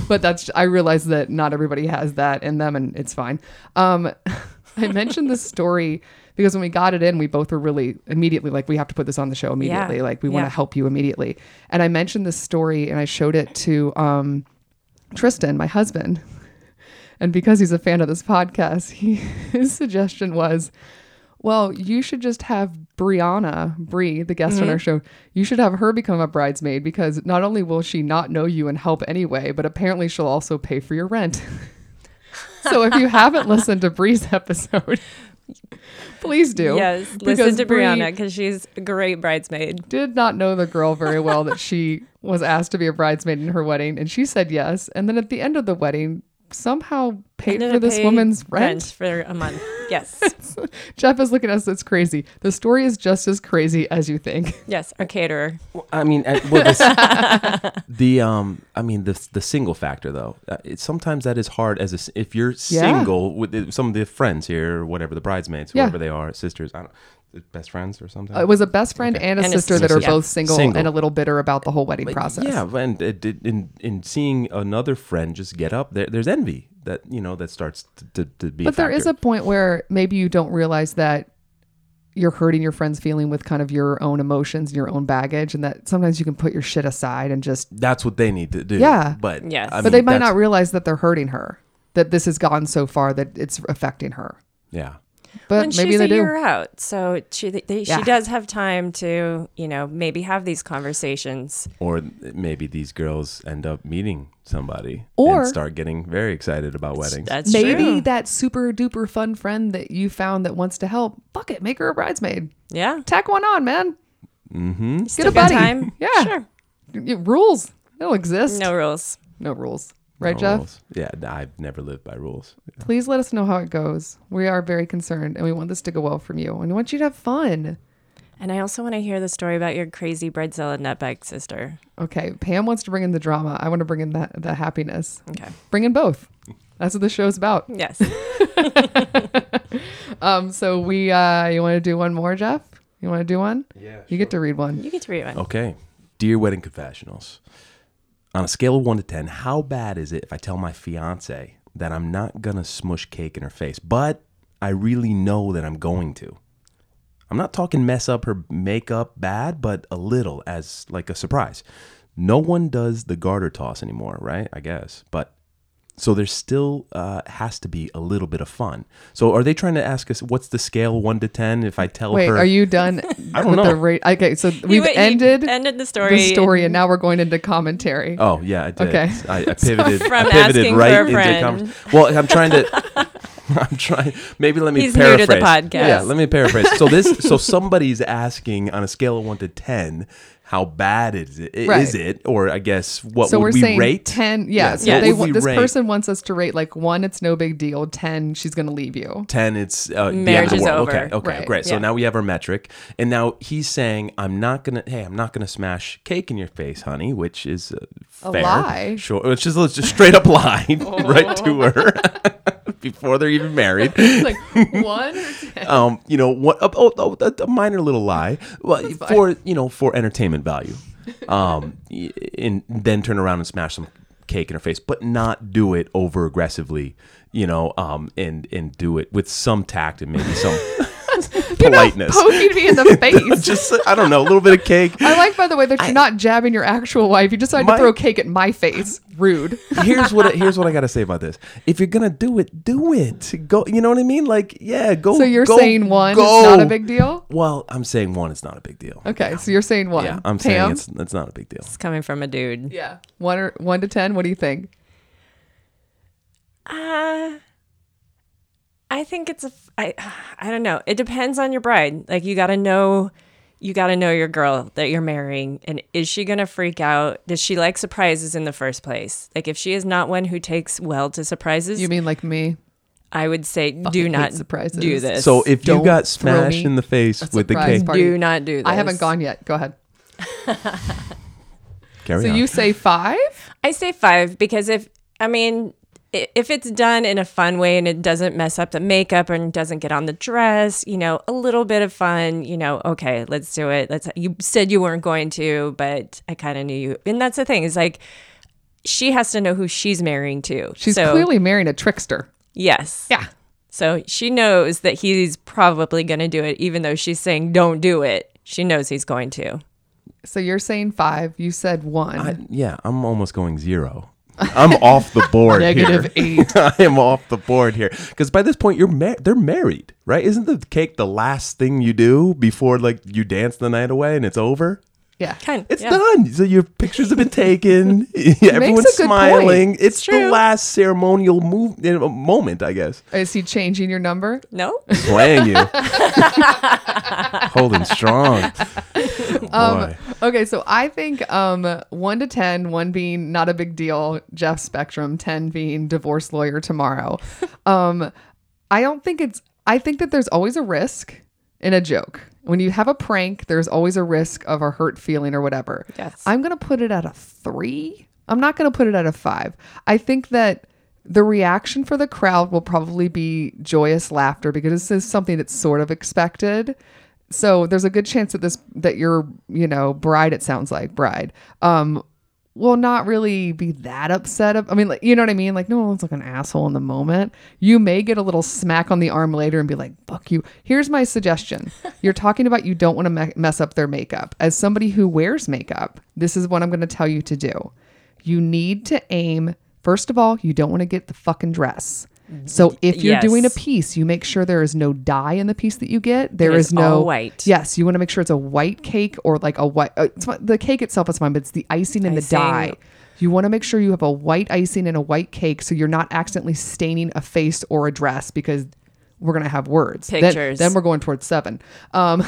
[SPEAKER 2] but that's, I realize that not everybody has that in them, and it's fine. Um, I mentioned this story because when we got it in, we both were really immediately like, we have to put this on the show immediately. Like, we want
[SPEAKER 3] Yeah.
[SPEAKER 2] to help you immediately. And I mentioned this story and I showed it to um, Tristan, my husband. And because he's a fan of this podcast, he, his suggestion was, well, you should just have Brianna, Bree, the guest
[SPEAKER 3] Mm-hmm.
[SPEAKER 2] on our show, you should have her become a bridesmaid because not only will she not know you and help anyway, but apparently she'll also pay for your rent. so if you haven't listened to Bree's episode, please do.
[SPEAKER 3] Yes.
[SPEAKER 2] because
[SPEAKER 3] Listen to
[SPEAKER 2] Bree
[SPEAKER 3] Brianna because she's a great bridesmaid.
[SPEAKER 2] did not know the girl very well that she was asked to be a bridesmaid in her wedding and she said yes. And then at the end of the wedding, somehow paid
[SPEAKER 3] Ended
[SPEAKER 2] for
[SPEAKER 3] up
[SPEAKER 2] this
[SPEAKER 3] paying
[SPEAKER 2] woman's rent.
[SPEAKER 3] rent for a month. Yes.
[SPEAKER 2] Jeff is looking at us. It's crazy. The story is just as crazy as you think.
[SPEAKER 3] yes. Our caterer.
[SPEAKER 4] Well, I mean, I- well, this- the um, I mean, the the single factor though. Uh, It, sometimes that is hard as a s- if you're
[SPEAKER 2] Yeah.
[SPEAKER 4] single with the- some of the friends here, or whatever the bridesmaids,
[SPEAKER 2] Yeah. Uh,
[SPEAKER 4] whoever they are, sisters, I don't, best friends or something.
[SPEAKER 2] It was a best friend and, a,
[SPEAKER 3] And a
[SPEAKER 2] sister that
[SPEAKER 3] sister,
[SPEAKER 2] are
[SPEAKER 3] yeah.
[SPEAKER 2] both single,
[SPEAKER 4] Single.
[SPEAKER 2] and a little bitter about the whole wedding
[SPEAKER 4] But
[SPEAKER 2] process.
[SPEAKER 4] Yeah, and it, it, in in seeing another friend just get up, there, there's envy that you know that starts to, to, to be.
[SPEAKER 2] But there is a
[SPEAKER 4] factor.
[SPEAKER 2] point where maybe you don't realize that you're hurting your friend's feeling with kind of your own emotions and your own baggage, and that sometimes you can put your shit aside and just.
[SPEAKER 4] That's what they need to do.
[SPEAKER 2] Yeah.
[SPEAKER 4] but
[SPEAKER 3] Yes.
[SPEAKER 4] I
[SPEAKER 2] but
[SPEAKER 4] mean,
[SPEAKER 2] they might
[SPEAKER 4] that's-
[SPEAKER 2] not realize that they're hurting her, that this has gone so far that it's affecting her.
[SPEAKER 4] Yeah,
[SPEAKER 2] But
[SPEAKER 3] when
[SPEAKER 2] maybe
[SPEAKER 3] she's
[SPEAKER 2] they
[SPEAKER 3] a
[SPEAKER 2] do.
[SPEAKER 3] year out, so she they, they-
[SPEAKER 2] Yeah.
[SPEAKER 3] she does have time to you know maybe have these conversations.
[SPEAKER 4] or maybe these girls end up meeting somebody
[SPEAKER 2] Or-
[SPEAKER 4] and start getting very excited about weddings.
[SPEAKER 3] That's
[SPEAKER 2] maybe
[SPEAKER 3] true.
[SPEAKER 2] that super duper fun friend that you found that wants to help, fuck it, make her a bridesmaid.
[SPEAKER 3] yeah.
[SPEAKER 2] Tack one on, man.
[SPEAKER 4] Mm-hmm.
[SPEAKER 2] Get a
[SPEAKER 3] Good
[SPEAKER 2] buddy.
[SPEAKER 3] time.
[SPEAKER 2] Yeah.
[SPEAKER 3] Sure.
[SPEAKER 2] It rules. It It'll exist.
[SPEAKER 3] No rules.
[SPEAKER 2] No rules. Right,
[SPEAKER 4] No
[SPEAKER 2] Jeff?
[SPEAKER 4] rules. Yeah, n- I've never lived by rules.
[SPEAKER 2] Please let us know how it goes. We are very concerned and we want this to go well from you and we want you to have fun.
[SPEAKER 3] And I also want to hear the story about your crazy breadzilla nutbag sister.
[SPEAKER 2] Okay. Pam wants to bring in the drama. I want to bring in that the happiness.
[SPEAKER 3] Okay.
[SPEAKER 2] Bring in both. That's what the show's about.
[SPEAKER 3] Yes.
[SPEAKER 2] Um, so we uh you wanna do one more, Jeff? You wanna do one?
[SPEAKER 4] Yeah.
[SPEAKER 2] You get to read one.
[SPEAKER 3] you get to read one.
[SPEAKER 4] Okay. Dear Wedding Confessionals, on a scale of 1 to 10, how bad is it if I tell my fiance that I'm not going to smush cake in her face, but I really know that I'm going to? I'm not talking mess up her makeup bad, but a little as like a surprise. No one does the garter toss anymore, right? I guess. But so there still uh, has to be a little bit of fun. So are they trying to ask us what's the scale 1 to 10 if I tell
[SPEAKER 2] Wait,
[SPEAKER 4] her
[SPEAKER 2] are you done
[SPEAKER 4] I don't
[SPEAKER 2] with the
[SPEAKER 4] know.
[SPEAKER 2] rate? Okay, so
[SPEAKER 3] You-
[SPEAKER 2] we've
[SPEAKER 3] you
[SPEAKER 2] ended
[SPEAKER 3] ended the story.
[SPEAKER 2] the story and now we're going into commentary.
[SPEAKER 4] Oh yeah, I did.
[SPEAKER 2] Okay.
[SPEAKER 4] I, I pivoted.
[SPEAKER 3] from
[SPEAKER 4] I pivoted
[SPEAKER 3] asking
[SPEAKER 4] right
[SPEAKER 3] for a
[SPEAKER 4] into
[SPEAKER 3] friend.
[SPEAKER 4] conversation. Well, I'm trying to. I'm trying. Maybe let me.
[SPEAKER 3] He's new
[SPEAKER 4] paraphrase.
[SPEAKER 3] to the podcast.
[SPEAKER 4] Yeah, let me paraphrase. So this. So somebody's asking on a scale of one to ten, how bad is it? Is
[SPEAKER 2] Right.
[SPEAKER 4] it? Or I guess what
[SPEAKER 2] so
[SPEAKER 4] would
[SPEAKER 2] we're
[SPEAKER 4] we
[SPEAKER 2] saying
[SPEAKER 4] rate?
[SPEAKER 2] 10 yeah,
[SPEAKER 4] Yes,
[SPEAKER 2] so
[SPEAKER 4] what
[SPEAKER 2] they
[SPEAKER 4] would
[SPEAKER 2] want
[SPEAKER 4] we
[SPEAKER 2] this
[SPEAKER 4] rate?
[SPEAKER 2] person wants us to rate like one it's no big deal 10 she's gonna leave you
[SPEAKER 4] 10 it's uh, the end
[SPEAKER 3] Marriage
[SPEAKER 4] of the
[SPEAKER 3] is
[SPEAKER 4] world.
[SPEAKER 3] over.
[SPEAKER 4] okay okay
[SPEAKER 2] Right.
[SPEAKER 4] great so
[SPEAKER 3] Yeah.
[SPEAKER 4] now we have our metric and now he's saying i'm not gonna hey i'm not gonna smash cake in your face honey which is uh,
[SPEAKER 2] A
[SPEAKER 4] fair.
[SPEAKER 2] lie.
[SPEAKER 4] sure which is a just straight up lie right to her before they're even married
[SPEAKER 2] it's like one or 10
[SPEAKER 4] um you know what oh, oh, oh, a- a minor little lie well for you know for entertainment value um y- and then turn around and smash some cake in her face but not do it over aggressively you know um and and do it with some tact and maybe some politeness
[SPEAKER 2] poking me in the face
[SPEAKER 4] just i don't know a little bit of cake
[SPEAKER 2] I like, by the way, that you're not jabbing your actual wife. You decided
[SPEAKER 4] My-
[SPEAKER 2] to throw cake at my face. Rude.
[SPEAKER 4] here's what I, here's what i gotta say about this if you're gonna do it do it go you know what i mean like yeah go
[SPEAKER 2] So you're
[SPEAKER 4] go-
[SPEAKER 2] saying one
[SPEAKER 4] go.
[SPEAKER 2] is not a big deal?
[SPEAKER 4] well i'm saying one is not a big deal
[SPEAKER 2] Okay, so you're saying one.
[SPEAKER 4] yeah i'm saying
[SPEAKER 2] Pam?
[SPEAKER 4] it's it's not a big deal
[SPEAKER 3] It's coming from a dude.
[SPEAKER 2] yeah one or one to ten. What do you think?
[SPEAKER 3] Uh, I think it's a. f- I I don't know. It depends on your bride. Like you got to know, you got to know your girl that you're marrying, and is she gonna freak out? Does she like surprises in the first place? Like if she is not one who takes well to surprises,
[SPEAKER 2] You mean like me?
[SPEAKER 3] I would say do
[SPEAKER 2] hate
[SPEAKER 3] not
[SPEAKER 2] surprises.
[SPEAKER 3] do this.
[SPEAKER 4] So if you
[SPEAKER 2] Don't
[SPEAKER 4] got
[SPEAKER 2] throw
[SPEAKER 4] smashed
[SPEAKER 2] me
[SPEAKER 4] in the face with the
[SPEAKER 2] surprise
[SPEAKER 4] cake,
[SPEAKER 2] party.
[SPEAKER 3] do not do this.
[SPEAKER 2] I haven't gone yet. Go ahead.
[SPEAKER 4] carry
[SPEAKER 2] So
[SPEAKER 4] on.
[SPEAKER 2] you say five?
[SPEAKER 3] I say five because if I mean i- if it's done in a fun way and it doesn't mess up the makeup and doesn't get on the dress, you know, a little bit of fun, you know, okay, let's do it. Let's you said you weren't going to, but I kind of knew you. And that's the thing is like she has to know who she's marrying to.
[SPEAKER 2] She's
[SPEAKER 3] so,
[SPEAKER 2] clearly marrying a trickster.
[SPEAKER 3] yes.
[SPEAKER 2] Yeah.
[SPEAKER 3] So she knows that he's probably going to do it even though she's saying don't do it. She knows he's going to.
[SPEAKER 2] So you're saying five. You said one.
[SPEAKER 4] I- yeah, I'm almost going zero. I'm off the board
[SPEAKER 2] Negative
[SPEAKER 4] here.
[SPEAKER 2] eight.
[SPEAKER 4] I am off the board here because by this point you're mar- they're married, right? Isn't the cake the last thing you do before like you dance the night away and it's over?
[SPEAKER 2] Yeah.
[SPEAKER 3] Kind
[SPEAKER 4] It's
[SPEAKER 3] yeah.
[SPEAKER 4] done. So your pictures have been taken. Yeah,
[SPEAKER 2] a
[SPEAKER 4] Everyone's
[SPEAKER 2] good
[SPEAKER 4] smiling. It's the
[SPEAKER 3] true.
[SPEAKER 4] last ceremonial move you know, moment, I guess.
[SPEAKER 2] Is he changing your number?
[SPEAKER 3] No?
[SPEAKER 4] Playing you, holding strong.
[SPEAKER 2] Um,
[SPEAKER 4] Boy.
[SPEAKER 2] Okay, so I think um, one to ten, one being not a big deal, Jeff Spectrum, 10 being divorce lawyer tomorrow. um, I don't think it's, I think that there's always a risk in a joke. When you have a prank, there's always a risk of a hurt feeling or whatever.
[SPEAKER 3] Yes.
[SPEAKER 2] I'm going to put it at a three. I'm not going to put it at a five. I think that the reaction for the crowd will probably be joyous laughter because this is something that's sort of expected. So there's a good chance that this that your you know bride it sounds like bride um will not really be that upset. Of, I mean, like, you know what I mean? Like, no one's like an asshole in the moment. You may get a little smack on the arm later and be like, fuck you. Here's my suggestion. You're talking about you don't want to me- mess up their makeup. As somebody who wears makeup, this is what I'm going to tell you to do. You need to aim, first of all, you don't want to get the fucking dress. So if you're
[SPEAKER 3] Yes.
[SPEAKER 2] doing a piece, you make sure there is no dye in the piece that you get. There
[SPEAKER 3] It is
[SPEAKER 2] is no
[SPEAKER 3] all white.
[SPEAKER 2] Yes, you want to make sure it's a white cake or like a white. Uh, it's, fi- the cake itself is fine, but it's the icing and
[SPEAKER 3] Icing.
[SPEAKER 2] the dye. You want to make sure you have a white icing and a white cake, so you're not accidentally staining a face or a dress because we're gonna have words. Then-
[SPEAKER 3] Pictures.
[SPEAKER 2] Then, we're going towards seven. Um,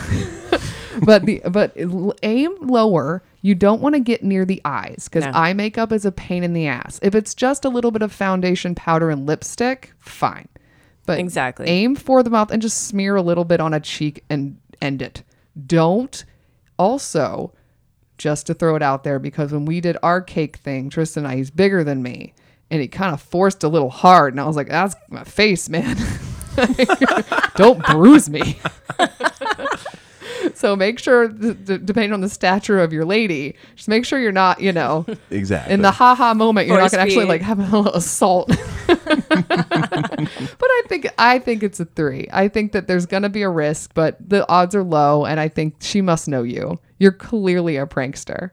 [SPEAKER 2] but the but l- aim lower. You don't want to get near the eyes because
[SPEAKER 3] No.
[SPEAKER 2] eye makeup is a pain in the ass. If it's just a little bit of foundation, powder, and lipstick, fine. But
[SPEAKER 3] Exactly.
[SPEAKER 2] aim for the mouth and just smear a little bit on a cheek and end it. Don't also just to throw it out there because when we did our cake thing, Tristan and I, he's bigger than me, and he kind of forced a little hard, and I was like, "That's my face, man. Don't bruise me." so make sure, th- th- depending on the stature of your lady, just make sure you're not, you know,
[SPEAKER 4] Exactly.
[SPEAKER 2] in the ha ha moment, you're not
[SPEAKER 3] Force
[SPEAKER 2] gonna actually
[SPEAKER 3] feed.
[SPEAKER 2] like have a little assault. but I think I think it's a three. I think that there's gonna be a risk, but the odds are low, and I think she must know you. You're clearly a prankster,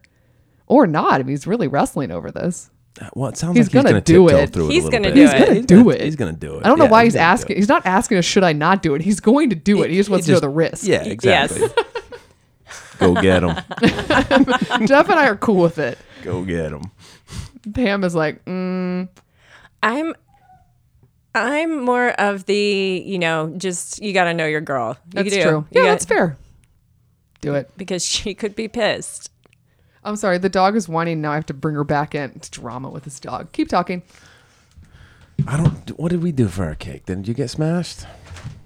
[SPEAKER 2] or not. I mean, he's really wrestling over this.
[SPEAKER 4] well, it sounds
[SPEAKER 2] he's
[SPEAKER 4] like he's
[SPEAKER 2] gonna
[SPEAKER 4] gonna
[SPEAKER 2] do
[SPEAKER 4] tiptoe
[SPEAKER 2] it.
[SPEAKER 4] Through
[SPEAKER 3] He's
[SPEAKER 4] it a
[SPEAKER 3] gonna
[SPEAKER 4] little
[SPEAKER 3] do He's
[SPEAKER 4] bit.
[SPEAKER 3] it.
[SPEAKER 2] gonna do
[SPEAKER 4] gonna-
[SPEAKER 2] it.
[SPEAKER 4] He's gonna do it.
[SPEAKER 2] I don't know
[SPEAKER 4] Yeah,
[SPEAKER 2] why he's
[SPEAKER 4] gonna do
[SPEAKER 2] asking.
[SPEAKER 4] it.
[SPEAKER 2] He's not asking us, should I not do it? He's going to do it. He just wants to know
[SPEAKER 4] just-
[SPEAKER 2] the risk.
[SPEAKER 4] Yeah, exactly. Go get him.
[SPEAKER 2] Jeff and I are cool with it.
[SPEAKER 4] Go get him.
[SPEAKER 2] Pam is like, mm,
[SPEAKER 3] I'm I'm more of the, you know, just you got to know your girl. You
[SPEAKER 2] that's
[SPEAKER 3] do.
[SPEAKER 2] true.
[SPEAKER 3] You
[SPEAKER 2] Yeah,
[SPEAKER 3] got-
[SPEAKER 2] that's fair. Do it.
[SPEAKER 3] Because she could be pissed.
[SPEAKER 2] I'm sorry, the dog is whining. Now I have to bring her back in. It's drama with this dog. Keep talking.
[SPEAKER 4] I don't. What did we do for our cake? Didn't you get smashed?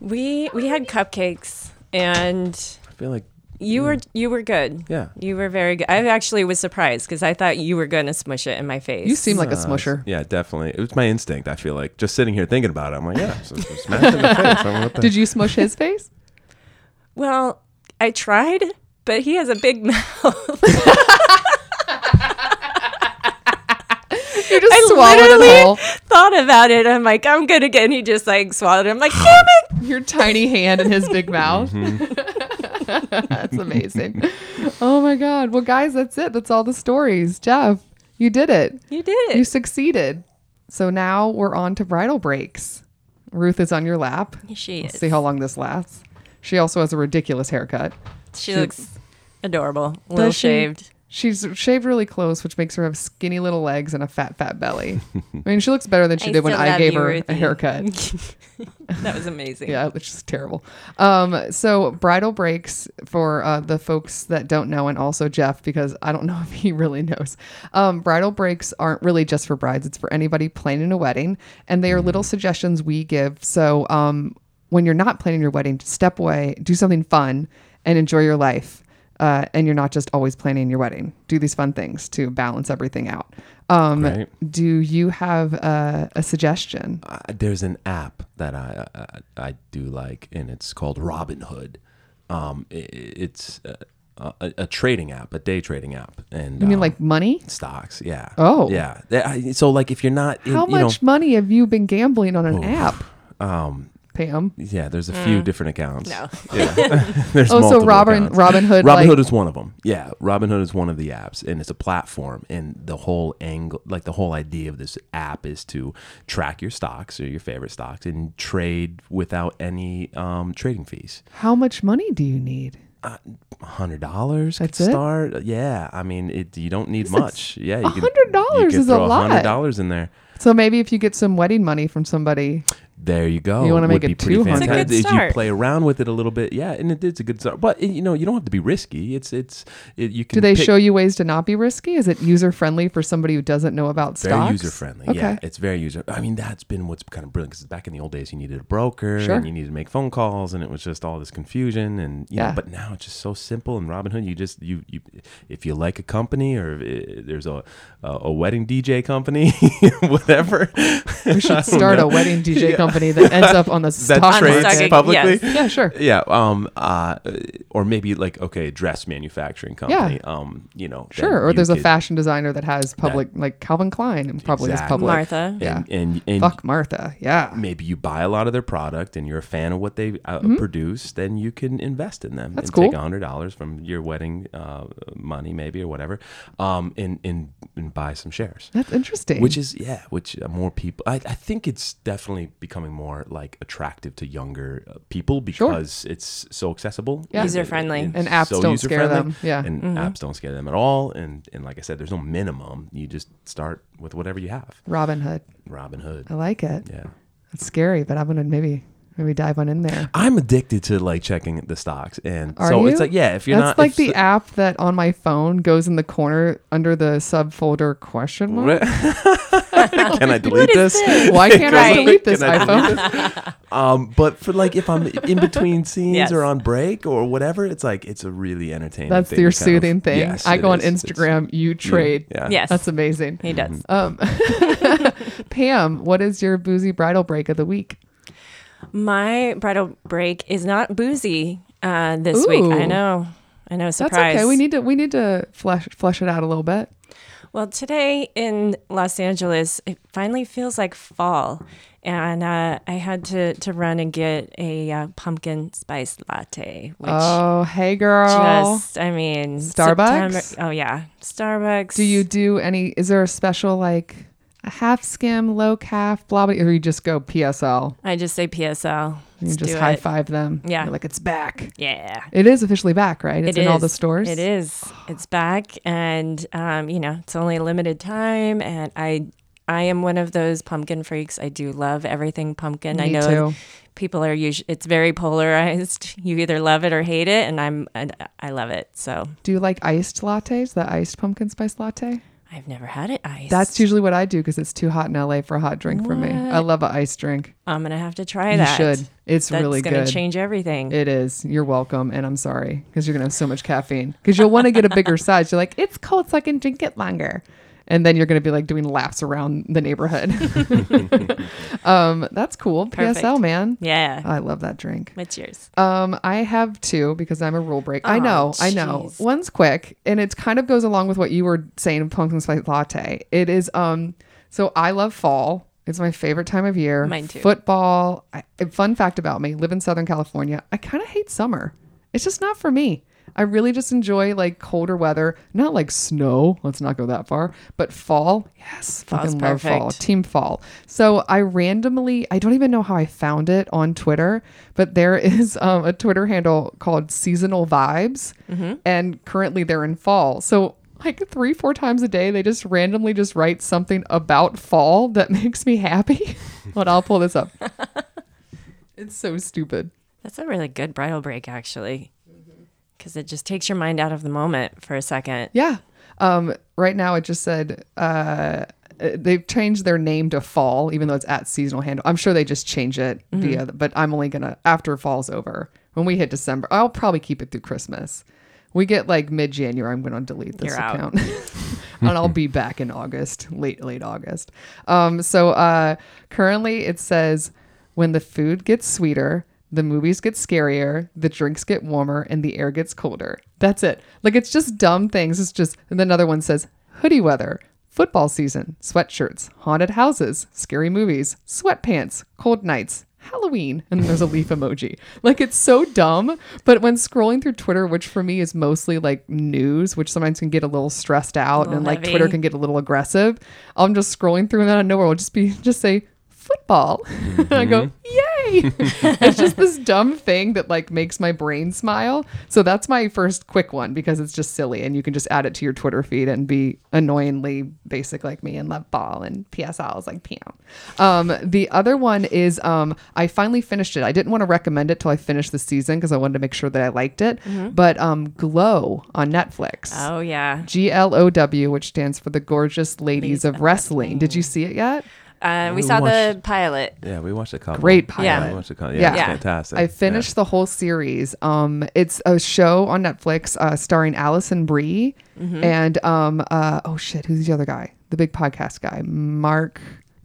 [SPEAKER 3] We we had cupcakes and
[SPEAKER 4] I feel like
[SPEAKER 3] you
[SPEAKER 2] Mm.
[SPEAKER 3] were you were good.
[SPEAKER 4] Yeah.
[SPEAKER 3] You were very good. I actually was surprised because I thought you were going to smush it in my face.
[SPEAKER 2] You seem like a
[SPEAKER 4] Uh,
[SPEAKER 2] smusher.
[SPEAKER 4] Yeah, definitely. It was my instinct. I feel like just sitting here thinking about it. I'm like, yeah, so, so smash it in the face. I don't know what the-
[SPEAKER 2] Did you smush his face?
[SPEAKER 3] Well, I tried, but he has a big mouth.
[SPEAKER 2] You just
[SPEAKER 3] I
[SPEAKER 2] swallowed it all.
[SPEAKER 3] literally thought about it. I'm like, I'm good again. He just like swallowed it. I'm like, damn it.
[SPEAKER 2] Your tiny hand in his big mouth. that's amazing. Oh my God. Well, guys, that's it. That's all the stories. Jeff, you did it.
[SPEAKER 3] You did
[SPEAKER 2] You
[SPEAKER 3] it.
[SPEAKER 2] succeeded. So now we're on to bridal breaks. Ruth is on your lap.
[SPEAKER 3] She
[SPEAKER 2] Let's
[SPEAKER 3] is.
[SPEAKER 2] see how long this lasts. She also has a ridiculous haircut.
[SPEAKER 3] She looks adorable. Little
[SPEAKER 2] she-
[SPEAKER 3] shaved.
[SPEAKER 2] She's shaved really close, which makes her have skinny little legs and a fat, fat belly. I mean, she looks better than she
[SPEAKER 3] I
[SPEAKER 2] did when
[SPEAKER 3] still
[SPEAKER 2] I
[SPEAKER 3] love
[SPEAKER 2] gave
[SPEAKER 3] you,
[SPEAKER 2] her a
[SPEAKER 3] Ruthie.
[SPEAKER 2] haircut.
[SPEAKER 3] That was amazing.
[SPEAKER 2] Yeah, which is terrible. Um, so bridal breaks for uh, the folks that don't know, and also Jeff, because I don't know if he really knows. Um, bridal breaks aren't really just for brides; it's for anybody planning a wedding, and they are little suggestions we give. So um, when you're not planning your wedding, step away, do something fun, and enjoy your life. Uh, and you're not just always planning your wedding. Do these fun things to balance everything out. Um,
[SPEAKER 4] Right.
[SPEAKER 2] Do you have uh, a suggestion?
[SPEAKER 4] uh, there's an app that I, uh, I I do like, and it's called Robinhood. Um, i i- it's a, a, a trading app, a day trading app, and um,
[SPEAKER 2] You mean like money?
[SPEAKER 4] stocks? Yeah.
[SPEAKER 2] Oh.
[SPEAKER 4] yeah. Th- I- So like, if you're not, in,
[SPEAKER 2] How
[SPEAKER 4] you know,
[SPEAKER 2] much money have you been gambling on an app,
[SPEAKER 4] um,
[SPEAKER 2] Pam?
[SPEAKER 4] yeah, there's a few different accounts.
[SPEAKER 3] No.
[SPEAKER 4] Yeah. there's
[SPEAKER 2] Oh, so
[SPEAKER 4] multiple
[SPEAKER 2] Robin
[SPEAKER 4] accounts.
[SPEAKER 2] Robin Hood,
[SPEAKER 4] Robinhood
[SPEAKER 2] like,
[SPEAKER 4] is one of them. Yeah, Robinhood is one of the apps, and it's a platform. And the whole angle, like the whole idea of this app, is to track your stocks or your favorite stocks and trade without any um, trading fees.
[SPEAKER 2] how much money do you need?
[SPEAKER 4] Hundred dollars
[SPEAKER 2] That's it?
[SPEAKER 4] start. Yeah, I mean, it, you don't need much. Yeah, you can-
[SPEAKER 2] $100
[SPEAKER 4] you can
[SPEAKER 2] is a
[SPEAKER 4] throw
[SPEAKER 2] lot.
[SPEAKER 4] Hundred dollars in there.
[SPEAKER 2] So maybe if you get some wedding money from somebody,
[SPEAKER 4] There you go.
[SPEAKER 2] You wanna make
[SPEAKER 4] Would
[SPEAKER 2] it
[SPEAKER 4] be pretty
[SPEAKER 2] 200. It's a good
[SPEAKER 4] fantastic If
[SPEAKER 3] start.
[SPEAKER 4] You play around with it a little bit, yeah, and it, it's a good start. But you know, you don't have to be risky. It's it's it, you can.
[SPEAKER 2] do they
[SPEAKER 4] pick-
[SPEAKER 2] show you ways to not be risky? Is it user friendly for somebody who doesn't know about
[SPEAKER 4] very
[SPEAKER 2] stocks?
[SPEAKER 4] user friendly.
[SPEAKER 2] Okay.
[SPEAKER 4] Yeah, it's very user. I mean, that's been what's kind of brilliant because back in the old days, you needed a broker
[SPEAKER 2] Sure.
[SPEAKER 4] and you needed to make phone calls, and it was just all this confusion. And you
[SPEAKER 2] Yeah.
[SPEAKER 4] know, but now it's just so simple. And Robinhood, you just you you if you like a company or if, uh, there's a a, a wedding DJ company, whatever.
[SPEAKER 2] We should start a wedding DJ company that ends up on the
[SPEAKER 4] That
[SPEAKER 2] stock
[SPEAKER 3] trades
[SPEAKER 2] market.
[SPEAKER 4] trades publicly.
[SPEAKER 2] Yeah, sure.
[SPEAKER 4] Yeah. Um. Uh. Or maybe like okay, dress manufacturing company. Um. You know. that
[SPEAKER 2] Sure. Or
[SPEAKER 4] you
[SPEAKER 2] there's a
[SPEAKER 4] could-
[SPEAKER 2] fashion designer that has public, like Calvin Klein, and probably has
[SPEAKER 4] Exactly.
[SPEAKER 2] public.
[SPEAKER 3] Martha.
[SPEAKER 2] Yeah.
[SPEAKER 4] And, and, and
[SPEAKER 2] Fuck Martha. Yeah.
[SPEAKER 4] maybe you buy a lot of their product and you're a fan of what they uh, produce, then you can invest in them.
[SPEAKER 2] Mm-hmm. That's
[SPEAKER 4] and
[SPEAKER 2] cool.
[SPEAKER 4] Take hundred dollars from your wedding uh, money, maybe or whatever, um, and, and and buy some shares.
[SPEAKER 2] That's interesting.
[SPEAKER 4] Which is yeah, which uh, more people. I, I think it's definitely becoming more like attractive to younger uh, people because it's so accessible,
[SPEAKER 2] Yeah.
[SPEAKER 3] User-friendly.
[SPEAKER 4] It's
[SPEAKER 2] And apps don't scare
[SPEAKER 4] user-friendly,
[SPEAKER 2] them. Yeah. Mm-hmm.
[SPEAKER 4] and apps don't scare them at all. And and like I said, there's no minimum. You just start with whatever you have.
[SPEAKER 2] Robin Hood.
[SPEAKER 4] Robin Hood.
[SPEAKER 2] I like it.
[SPEAKER 4] Yeah.
[SPEAKER 2] It's scary, but I'm gonna maybe Maybe dive on in there.
[SPEAKER 4] I'm addicted to like checking the stocks, and
[SPEAKER 2] Are
[SPEAKER 4] so
[SPEAKER 2] you?
[SPEAKER 4] it's like yeah, if you're
[SPEAKER 2] That's
[SPEAKER 4] not
[SPEAKER 2] like
[SPEAKER 4] if
[SPEAKER 2] the app that on my phone goes in the corner under the subfolder question mark.
[SPEAKER 4] Can I delete this?
[SPEAKER 2] Why can't I
[SPEAKER 3] Right.
[SPEAKER 2] delete this
[SPEAKER 4] Can I
[SPEAKER 2] iPhone?
[SPEAKER 4] Um, but for like if I'm in between scenes
[SPEAKER 3] Yes.
[SPEAKER 4] or on break or whatever, it's like it's a really entertaining.
[SPEAKER 2] That's
[SPEAKER 4] thing
[SPEAKER 2] your
[SPEAKER 4] to kind of-
[SPEAKER 2] soothing thing.
[SPEAKER 4] Yes,
[SPEAKER 2] I
[SPEAKER 4] it
[SPEAKER 2] go on
[SPEAKER 4] is. It's-
[SPEAKER 2] Instagram, you trade.
[SPEAKER 4] Yeah.
[SPEAKER 3] Yes.
[SPEAKER 2] That's amazing.
[SPEAKER 3] He does.
[SPEAKER 2] Um, Pam, what is your boozy bridal break of the week?
[SPEAKER 3] My bridal break is not boozy uh, this week. I
[SPEAKER 2] Ooh.
[SPEAKER 3] know. I know.
[SPEAKER 2] That's
[SPEAKER 3] Surprise.
[SPEAKER 2] okay. We need to we need to flesh flesh it out a little bit.
[SPEAKER 3] Well, today in Los Angeles, it finally feels like fall, and uh, I had to to run and get a uh, pumpkin spice latte, which
[SPEAKER 2] Oh, hey girl.
[SPEAKER 3] just I mean
[SPEAKER 2] Starbucks?
[SPEAKER 3] September- oh yeah, Starbucks.
[SPEAKER 2] Do you do any? Is there a special like a half skim, low calf, blah blah, or you just go PSL?
[SPEAKER 3] I just say PSL.
[SPEAKER 2] You
[SPEAKER 3] Let's
[SPEAKER 2] just
[SPEAKER 3] do
[SPEAKER 2] high
[SPEAKER 3] it.
[SPEAKER 2] five them.
[SPEAKER 3] Yeah.
[SPEAKER 2] You're like it's back.
[SPEAKER 3] Yeah.
[SPEAKER 2] It is officially back, right? It's
[SPEAKER 3] It
[SPEAKER 2] in all the
[SPEAKER 3] is.
[SPEAKER 2] stores.
[SPEAKER 3] It is. It's back, and um, you know, it's only a limited time. And I, I am one of those pumpkin freaks. I do love everything pumpkin. I
[SPEAKER 2] Me
[SPEAKER 3] know
[SPEAKER 2] too.
[SPEAKER 3] people are usually. It's very polarized. You either love it or hate it, and I'm. And I love it. So
[SPEAKER 2] Do you like iced lattes? The iced pumpkin spice latte.
[SPEAKER 3] I've never had it iced.
[SPEAKER 2] That's usually what I do because it's too hot in LA for a hot drink for me. I love an iced drink.
[SPEAKER 3] I'm gonna have to try
[SPEAKER 2] you
[SPEAKER 3] that.
[SPEAKER 2] should. It's
[SPEAKER 3] That's
[SPEAKER 2] really
[SPEAKER 3] gonna
[SPEAKER 2] good.
[SPEAKER 3] change everything.
[SPEAKER 2] It is. You're welcome, and I'm sorry because you're gonna have so much caffeine because you'll want to get a bigger size. You're like, it's cold, so I can drink it longer, and then you're gonna be like doing laps around the neighborhood. um, that's cool. PSL
[SPEAKER 3] Perfect.
[SPEAKER 2] man,
[SPEAKER 3] yeah.
[SPEAKER 2] I love that drink.
[SPEAKER 3] What's yours?
[SPEAKER 2] Um, I have two because I'm a rule break. I
[SPEAKER 3] Aw,
[SPEAKER 2] know, I know.
[SPEAKER 3] Oh, jeez.
[SPEAKER 2] One's quick, and it kind of goes along with what you were saying of pumpkin spice latte. It is um, so I love fall. It's my favorite time of year.
[SPEAKER 3] Mine too.
[SPEAKER 2] Football. I, a fun fact about me: live in Southern California. I kind of hate summer. It's just not for me. I really just enjoy like colder weather, not like snow. Let's not go that far, but fall. Yes,
[SPEAKER 3] Fall's
[SPEAKER 2] fucking love fall.
[SPEAKER 3] perfect.
[SPEAKER 2] Team Fall. So I randomly, I don't even know how I found it on Twitter, but there is um, a Twitter handle called Seasonal Vibes, and currently they're in fall. So like three, four times a day, they just randomly just write something about fall that makes me happy. but I'll pull this up. it's so stupid.
[SPEAKER 3] That's a really good bridal break, actually,
[SPEAKER 2] Mm-hmm.
[SPEAKER 3] because it just takes your mind out of the moment for a second.
[SPEAKER 2] Yeah. Um, right now, it just said uh, uh, they've changed their name to Fall, even though it's at seasonal handle. I'm sure they just change it
[SPEAKER 3] Mm-hmm.
[SPEAKER 2] via, but I'm only going to, after fall's over, when we hit December, I'll probably keep it through Christmas. We get like mid January, I'm going to delete this
[SPEAKER 3] You're out.
[SPEAKER 2] account. and I'll be back in August, late, late August. Um, so uh, currently it says when the food gets sweeter, the movies get scarier, the drinks get warmer, and the air gets colder. That's it. Like it's just dumb things. It's just, and then another one says hoodie weather, football season, sweatshirts, haunted houses, scary movies, sweatpants, cold nights. Halloween, and there's a leaf emoji. Like it's so dumb, but when scrolling through Twitter, which for me is mostly like news, which sometimes can get a little stressed out,
[SPEAKER 3] little
[SPEAKER 2] and like
[SPEAKER 3] heavy.
[SPEAKER 2] Twitter can get a little aggressive. I'm just scrolling through, and then I know where I'll just be just say football, and I go yay. it's just this dumb thing that like makes my brain smile. So that's my first quick one because it's just silly, and you can just add it to your Twitter feed and be annoyingly basic like me and love ball and PSL is like Pam. Um, the other one is um, I finally finished it. I didn't want to recommend it till I finished the season because I wanted to make sure that I liked it. But um, Glow on Netflix.
[SPEAKER 3] Mm-hmm. Oh yeah.
[SPEAKER 2] G L O W, which stands for the Gorgeous Ladies of Wrestling. Did you see it yet?
[SPEAKER 3] Uh, we
[SPEAKER 4] Ooh,
[SPEAKER 3] saw the
[SPEAKER 4] watched-
[SPEAKER 3] pilot.
[SPEAKER 4] Yeah, we watched a couple.
[SPEAKER 2] Great
[SPEAKER 3] Yeah.
[SPEAKER 4] Yeah, we watched a couple. Yeah,
[SPEAKER 2] Yeah.
[SPEAKER 4] it's
[SPEAKER 2] Yeah.
[SPEAKER 4] fantastic.
[SPEAKER 2] I finished the whole series. Um, it's a show on Netflix uh, starring Allison Brie and um, uh, oh shit, who's the other guy? The big podcast guy, Mark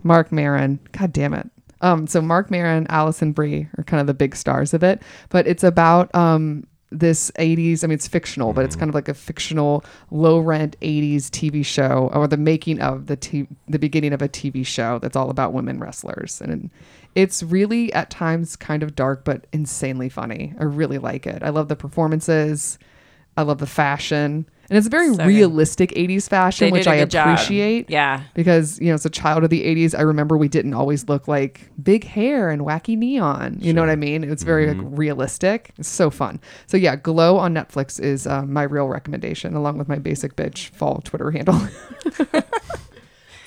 [SPEAKER 2] Mark Maron. God damn it. Um, so Mark Maron, Allison Brie are kind of the big stars of it, but it's about um, this 80s i mean it's fictional but it's kind of like a fictional low rent 80s tv show or the making of the t- the beginning of a tv show that's all about women wrestlers and it's really at times kind of dark but insanely funny i really like it i love the performances i love the fashion and it's very
[SPEAKER 3] So good.
[SPEAKER 2] realistic 80s fashion
[SPEAKER 3] They
[SPEAKER 2] which
[SPEAKER 3] did a
[SPEAKER 2] i
[SPEAKER 3] good job.
[SPEAKER 2] appreciate
[SPEAKER 3] Yeah.
[SPEAKER 2] because you know as a child of the 80s i remember we didn't always look like big hair and wacky neon you know what i mean it's very
[SPEAKER 4] Mm-hmm.
[SPEAKER 2] like, realistic it's so fun so yeah glow on netflix is uh, my real recommendation along with my basic bitch fall twitter handle so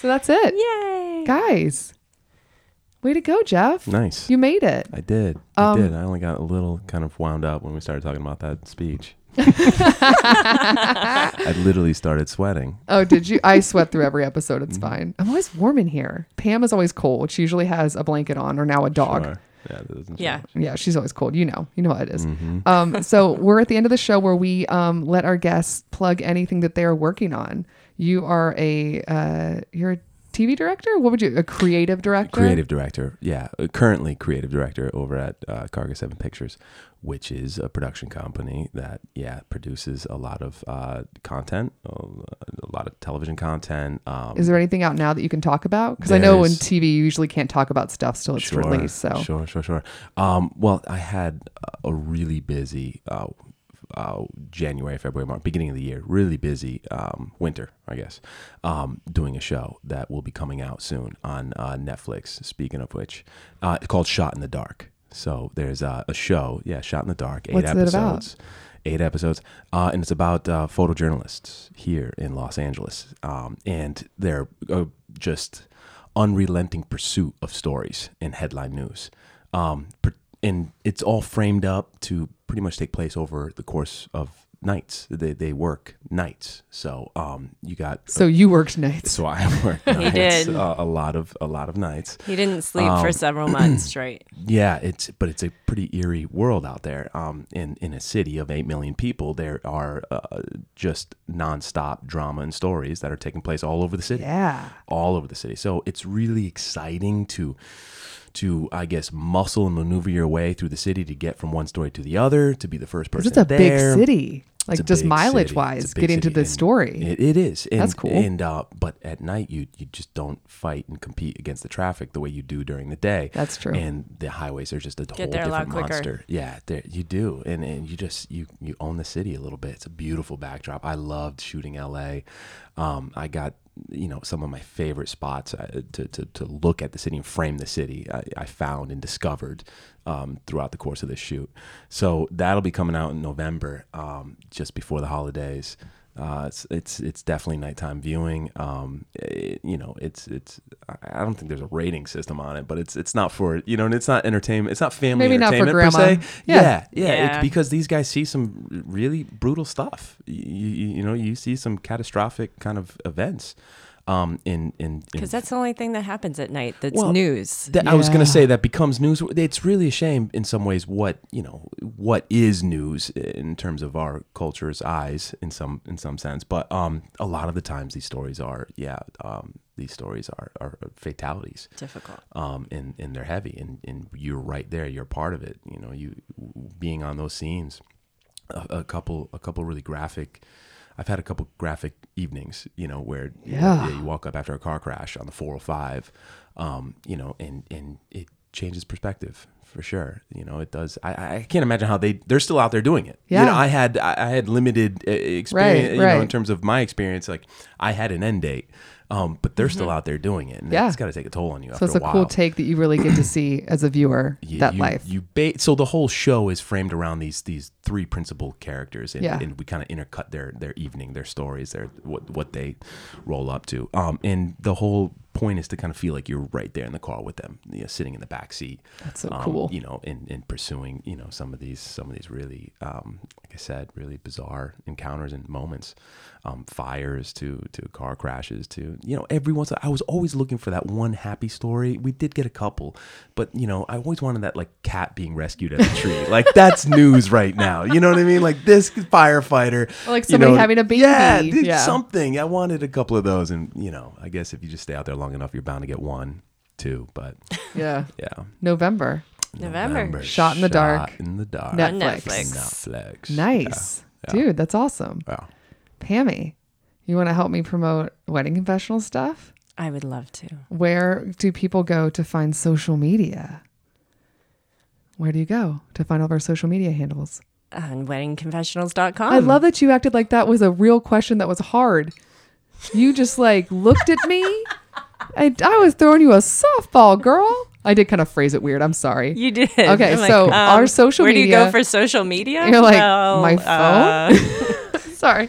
[SPEAKER 2] that's it
[SPEAKER 3] Yay.
[SPEAKER 2] guys Way to go, Jeff.
[SPEAKER 4] Nice.
[SPEAKER 2] You made it.
[SPEAKER 4] I did. I
[SPEAKER 2] Um,
[SPEAKER 4] did. I only got a little kind of wound up when we started talking about that speech. I literally started sweating.
[SPEAKER 2] Oh, did you? I sweat through every episode. It's
[SPEAKER 4] Mm-hmm.
[SPEAKER 2] fine. I'm always warm in here. Pam is always cold. She usually has a blanket on or now a dog.
[SPEAKER 4] Sure. Yeah. that doesn't Mm-hmm.
[SPEAKER 3] Yeah.
[SPEAKER 4] change.
[SPEAKER 2] Yeah, she's always cold. You know, you know how it is. Um, so we're at the end of the show where we um, let our guests plug anything that they are working on. You are a uh, you're a TV director. What would you? A creative director.
[SPEAKER 4] Creative director. Yeah. uh, Currently creative director over at uh, Cargo 7 Pictures, which is a production company that, yeah, produces a lot of uh, content, a a lot of television content. Um,
[SPEAKER 2] Is there anything out now that you can talk about? Because I know in
[SPEAKER 4] There's-
[SPEAKER 2] TV you usually can't talk about stuff till it's released. So
[SPEAKER 4] sure, sure, sure. Um, well, I had a really busy uh, uh, January, February, March, beginning of the year. Really busy um, winter, I guess. Um, doing a show that will be coming out soon on uh, Netflix. Speaking of which, uh, it's called Shot in the Dark. So there's uh, a show, yeah, Shot in the Dark, eight
[SPEAKER 2] What's it about?
[SPEAKER 4] episodes eight episodes, uh, and it's about uh, photojournalists here in Los Angeles um, and their uh, just unrelenting pursuit of stories in headline news. Um, per- and it's all framed up to pretty much take place over the course of nights. They, they work nights. So um, you got.
[SPEAKER 2] so you worked nights.
[SPEAKER 4] so I worked nights,
[SPEAKER 3] did.
[SPEAKER 4] uh, a lot of a lot of nights.
[SPEAKER 3] He didn't sleep
[SPEAKER 2] Um,
[SPEAKER 3] for several months straight.
[SPEAKER 4] Yeah, it's but it's a pretty eerie world out there. Um, in in a city of eight million people, there are uh, just nonstop drama and stories that are taking place all over the city.
[SPEAKER 2] Yeah.
[SPEAKER 4] all over the city. So it's really exciting to to I guess muscle and maneuver your way through the city to get from one story to the other to be the first person.
[SPEAKER 2] Because it's a big
[SPEAKER 4] there.
[SPEAKER 2] city. Like
[SPEAKER 4] It's a
[SPEAKER 2] just
[SPEAKER 4] big
[SPEAKER 2] mileage
[SPEAKER 4] city. It's
[SPEAKER 2] wise,
[SPEAKER 4] a big
[SPEAKER 2] getting to
[SPEAKER 4] city,
[SPEAKER 2] the
[SPEAKER 4] and
[SPEAKER 2] story.
[SPEAKER 4] It, it is. And,
[SPEAKER 2] That's cool.
[SPEAKER 4] And uh, but at night, you you just don't fight and compete against the traffic the way you do during the day.
[SPEAKER 2] That's true.
[SPEAKER 4] And the highways are just a whole
[SPEAKER 3] there a lot
[SPEAKER 4] different
[SPEAKER 3] quicker.
[SPEAKER 4] monster. Yeah, there, you do. And and you just you you own the city a little bit. It's a beautiful backdrop. I loved shooting LA. Um, I got you know some of my favorite spots uh, to, to, to look at the city and frame the city I, I found and discovered um, throughout the course of this shoot so that'll be coming out in november um, just before the holidays uh, it's it's it's definitely nighttime viewing. Um, it- you know, it's it's. I- I don't think there's a rating system on it, but it's it's not for you know, and it's not entertainment. It's not family
[SPEAKER 2] Maybe not for
[SPEAKER 4] entertainment
[SPEAKER 2] grandma.
[SPEAKER 4] per se.
[SPEAKER 2] Yeah.
[SPEAKER 4] Yeah, yeah.
[SPEAKER 3] Yeah.
[SPEAKER 4] It's because these guys see some really brutal stuff. You, you, you know, you see some catastrophic kind of events. Um, in in in
[SPEAKER 3] Because that's the only thing that happens at night that's
[SPEAKER 4] Well,
[SPEAKER 3] news.
[SPEAKER 4] that I was going
[SPEAKER 2] Yeah.
[SPEAKER 4] to say that becomes news. It's really a shame in some ways what you know what is news in terms of our culture's eyes in some in some sense. But um, a lot of the times these stories are yeah um, these stories are, are fatalities
[SPEAKER 3] Difficult.
[SPEAKER 4] um, and and they're heavy and and you're right there. You're part of it. You know you being on those scenes a, a couple a couple really graphic I've had a couple graphic evenings, you know, where you know,
[SPEAKER 2] Yeah.
[SPEAKER 4] you walk up after a car crash on the 405, um, you know, and and it changes perspective for sure. You know, it does. I, I can't imagine how they they're still out there doing it. You
[SPEAKER 2] Yeah.
[SPEAKER 4] know, I had I I had limited uh, experience, you know, in
[SPEAKER 2] right.
[SPEAKER 4] terms of my experience. Like I had an end date, um, but they're still out there doing it, and
[SPEAKER 2] Mm-hmm. Yeah.
[SPEAKER 4] it's got to take a toll on you.
[SPEAKER 2] So
[SPEAKER 4] after
[SPEAKER 2] it's a
[SPEAKER 4] a while.
[SPEAKER 2] cool take that you really get to see as a viewer
[SPEAKER 4] You-
[SPEAKER 2] that
[SPEAKER 4] you,
[SPEAKER 2] life.
[SPEAKER 4] You ba- so the whole show is framed around these these three principal characters, and,
[SPEAKER 2] Yeah.
[SPEAKER 4] and we kind of intercut their their evening, their stories, their what what they roll up to. Um, and the whole point is to kind of feel like you're right there in the car with them, you know, sitting in the back seat.
[SPEAKER 2] That's so
[SPEAKER 4] um,
[SPEAKER 2] cool.
[SPEAKER 4] You know, and and pursuing you know some of these some of these really um, like I said, really bizarre encounters and moments, um, fires to to car crashes to you know every once in a- I was always looking for that one happy story. We did get a couple, but you know I always wanted that like cat being rescued at a tree. like that's news right now. You know what I mean? Like this firefighter,
[SPEAKER 2] Or, like,
[SPEAKER 4] you
[SPEAKER 2] somebody
[SPEAKER 4] know,
[SPEAKER 2] having a baby.
[SPEAKER 4] Yeah, dude,
[SPEAKER 2] Yeah.
[SPEAKER 4] something. I wanted a couple of those, and you know I guess if you just stay out there long enough, you're bound to get one, two. But
[SPEAKER 2] yeah.
[SPEAKER 4] yeah.
[SPEAKER 2] November.
[SPEAKER 3] November.
[SPEAKER 2] Shot in the dark.
[SPEAKER 4] Shot in the dark.
[SPEAKER 2] Net-
[SPEAKER 3] Netflix.
[SPEAKER 4] Netflix.
[SPEAKER 2] Nice. Dude, that's awesome.
[SPEAKER 4] Yeah. Wow.
[SPEAKER 2] Pammy, you want to help me promote wedding confessional stuff?
[SPEAKER 3] I would love to.
[SPEAKER 2] Where do people go to find social media? Where do you go to find all of our social media handles?
[SPEAKER 3] On weddingconfessionals.com.
[SPEAKER 2] I love that you acted like that was a real question that was hard. You just like looked at me. I, I was throwing you a softball, girl. I did kind of phrase it weird. I'm sorry.
[SPEAKER 3] You did.
[SPEAKER 2] Okay,
[SPEAKER 3] I'm like, um,
[SPEAKER 2] so our social
[SPEAKER 3] where do you
[SPEAKER 2] media-
[SPEAKER 3] go for social media?
[SPEAKER 2] You're like,
[SPEAKER 3] Well,
[SPEAKER 2] "My
[SPEAKER 3] uh,
[SPEAKER 2] Sorry.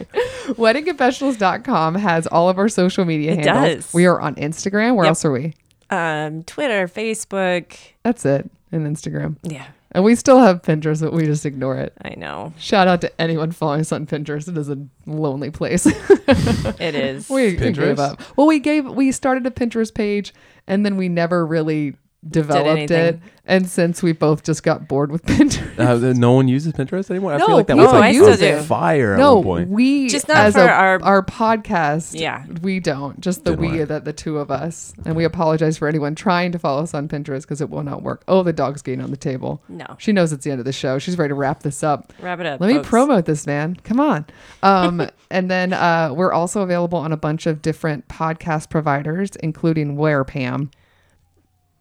[SPEAKER 2] WeddingConfessionals.com has all of our social media
[SPEAKER 3] It
[SPEAKER 2] handles.
[SPEAKER 3] does.
[SPEAKER 2] We are on Instagram. Where
[SPEAKER 3] Yep.
[SPEAKER 2] else are we?
[SPEAKER 3] um, Twitter, Facebook.
[SPEAKER 2] That's it. And Instagram.
[SPEAKER 3] Yeah,
[SPEAKER 2] And we still have Pinterest, but we just ignore it.
[SPEAKER 3] I know
[SPEAKER 2] Shout out to anyone following us on Pinterest. It is a lonely place.
[SPEAKER 3] it is.
[SPEAKER 2] we, we gave
[SPEAKER 4] Pinterest?
[SPEAKER 2] up. Well, we gave we started a Pinterest page and then we never really developed it.
[SPEAKER 3] anything.
[SPEAKER 2] And since we both just got bored with Pinterest.
[SPEAKER 4] Uh, no one uses Pinterest anymore. I
[SPEAKER 2] No,
[SPEAKER 4] feel like that
[SPEAKER 2] people
[SPEAKER 4] was like
[SPEAKER 3] use
[SPEAKER 4] on
[SPEAKER 3] it.
[SPEAKER 4] fire at
[SPEAKER 2] no,
[SPEAKER 4] one point.
[SPEAKER 2] we
[SPEAKER 3] Just not
[SPEAKER 2] as
[SPEAKER 3] for
[SPEAKER 2] a-
[SPEAKER 3] our-
[SPEAKER 2] our podcast.
[SPEAKER 3] Yeah.
[SPEAKER 2] we don't. Just the
[SPEAKER 4] Didn't
[SPEAKER 2] we
[SPEAKER 4] work.
[SPEAKER 2] that the two of us, and we apologize for anyone trying to follow us on Pinterest because it will not work. Oh, the dog's getting on the table.
[SPEAKER 3] No,
[SPEAKER 2] She knows it's the end of the show. She's ready to wrap this up.
[SPEAKER 3] wrap it up.
[SPEAKER 2] Let me
[SPEAKER 3] folks.
[SPEAKER 2] promote this, man. Come on. Um, and then uh, we're also available on a bunch of different podcast providers, including Where Pam.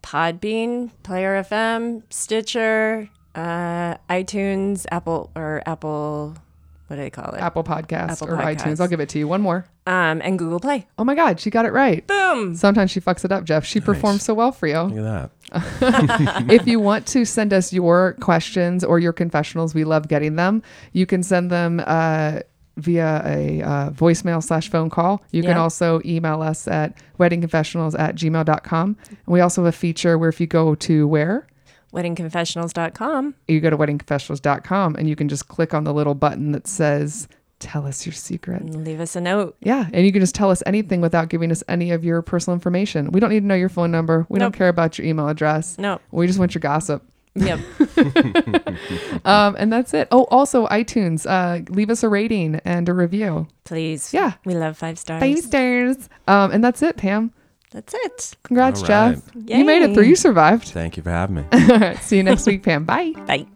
[SPEAKER 3] Podbean, Player FM, Stitcher, uh, iTunes, Apple or Apple. What do they call it?
[SPEAKER 2] Apple Podcasts
[SPEAKER 3] Apple
[SPEAKER 2] or
[SPEAKER 3] Podcasts.
[SPEAKER 2] iTunes. I'll give it to you. One more.
[SPEAKER 3] Um, and Google Play.
[SPEAKER 2] Oh my God, she got it right.
[SPEAKER 3] Boom.
[SPEAKER 2] Sometimes she fucks it up, Jeff. She performs so well for you.
[SPEAKER 4] Look at that.
[SPEAKER 2] if you want to send us your questions or your confessionals, we love getting them. You can send them uh, via a uh, voicemail slash phone call. You can
[SPEAKER 3] Yeah.
[SPEAKER 2] also email us at weddingconfessionals at gmail.com. And we also have a feature where if you go to where?
[SPEAKER 3] WeddingConfessionals.com.
[SPEAKER 2] You go to weddingconfessionals.com and you can just click on the little button that says, Tell us your secret.
[SPEAKER 3] and Leave us a note.
[SPEAKER 2] Yeah, and you can just tell us anything without giving us any of your personal information. We don't need to know your phone number. We don't
[SPEAKER 3] Nope.
[SPEAKER 2] care about your email address.
[SPEAKER 3] No.
[SPEAKER 2] We just want your gossip.
[SPEAKER 3] Yep.
[SPEAKER 2] um, and that's it. Oh, also iTunes. Uh, leave us a rating and a review.
[SPEAKER 3] Please.
[SPEAKER 2] Yeah.
[SPEAKER 3] We love five stars.
[SPEAKER 2] Five stars. Um, and that's it, Pam.
[SPEAKER 3] That's it.
[SPEAKER 2] Congrats,
[SPEAKER 4] All right.
[SPEAKER 2] Jeff. You made it
[SPEAKER 3] Yay.
[SPEAKER 2] through. You survived.
[SPEAKER 4] Thank you for having me.
[SPEAKER 2] All right. See you next week, Pam. Bye.
[SPEAKER 3] Bye.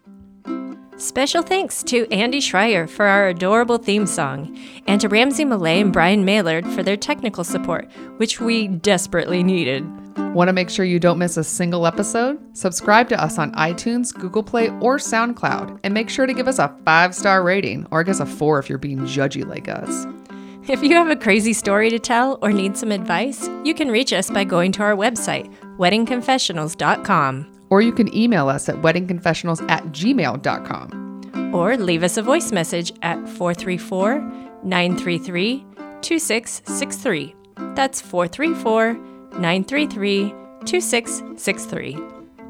[SPEAKER 3] Special thanks to Andy Schreier for our adorable theme song, and to Ramsey Millay and Brian Maylard for their technical support, which we desperately needed.
[SPEAKER 2] Want to make sure you don't miss a single episode? Subscribe to us on iTunes, Google Play, or SoundCloud, and make sure to give us a five star rating, or I guess a four if you're being judgy like us.
[SPEAKER 3] If you have a crazy story to tell or need some advice, you can reach us by going to our website, weddingconfessionals.com,
[SPEAKER 2] Or you can email us at weddingconfessionals at gmail.com.
[SPEAKER 3] or leave us a voice message at 434 933 2663. That's 434 933 2663.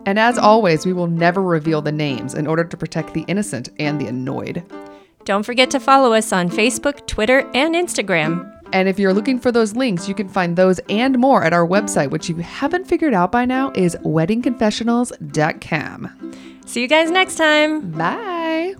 [SPEAKER 2] And as always, we will never reveal the names in order to protect the innocent and the annoyed.
[SPEAKER 3] Don't forget to follow us on Facebook, Twitter, and Instagram.
[SPEAKER 2] And if you're looking for those links, you can find those and more at our website, which you haven't figured out by now is weddingconfessionals.com.
[SPEAKER 3] See you guys next time.
[SPEAKER 2] Bye.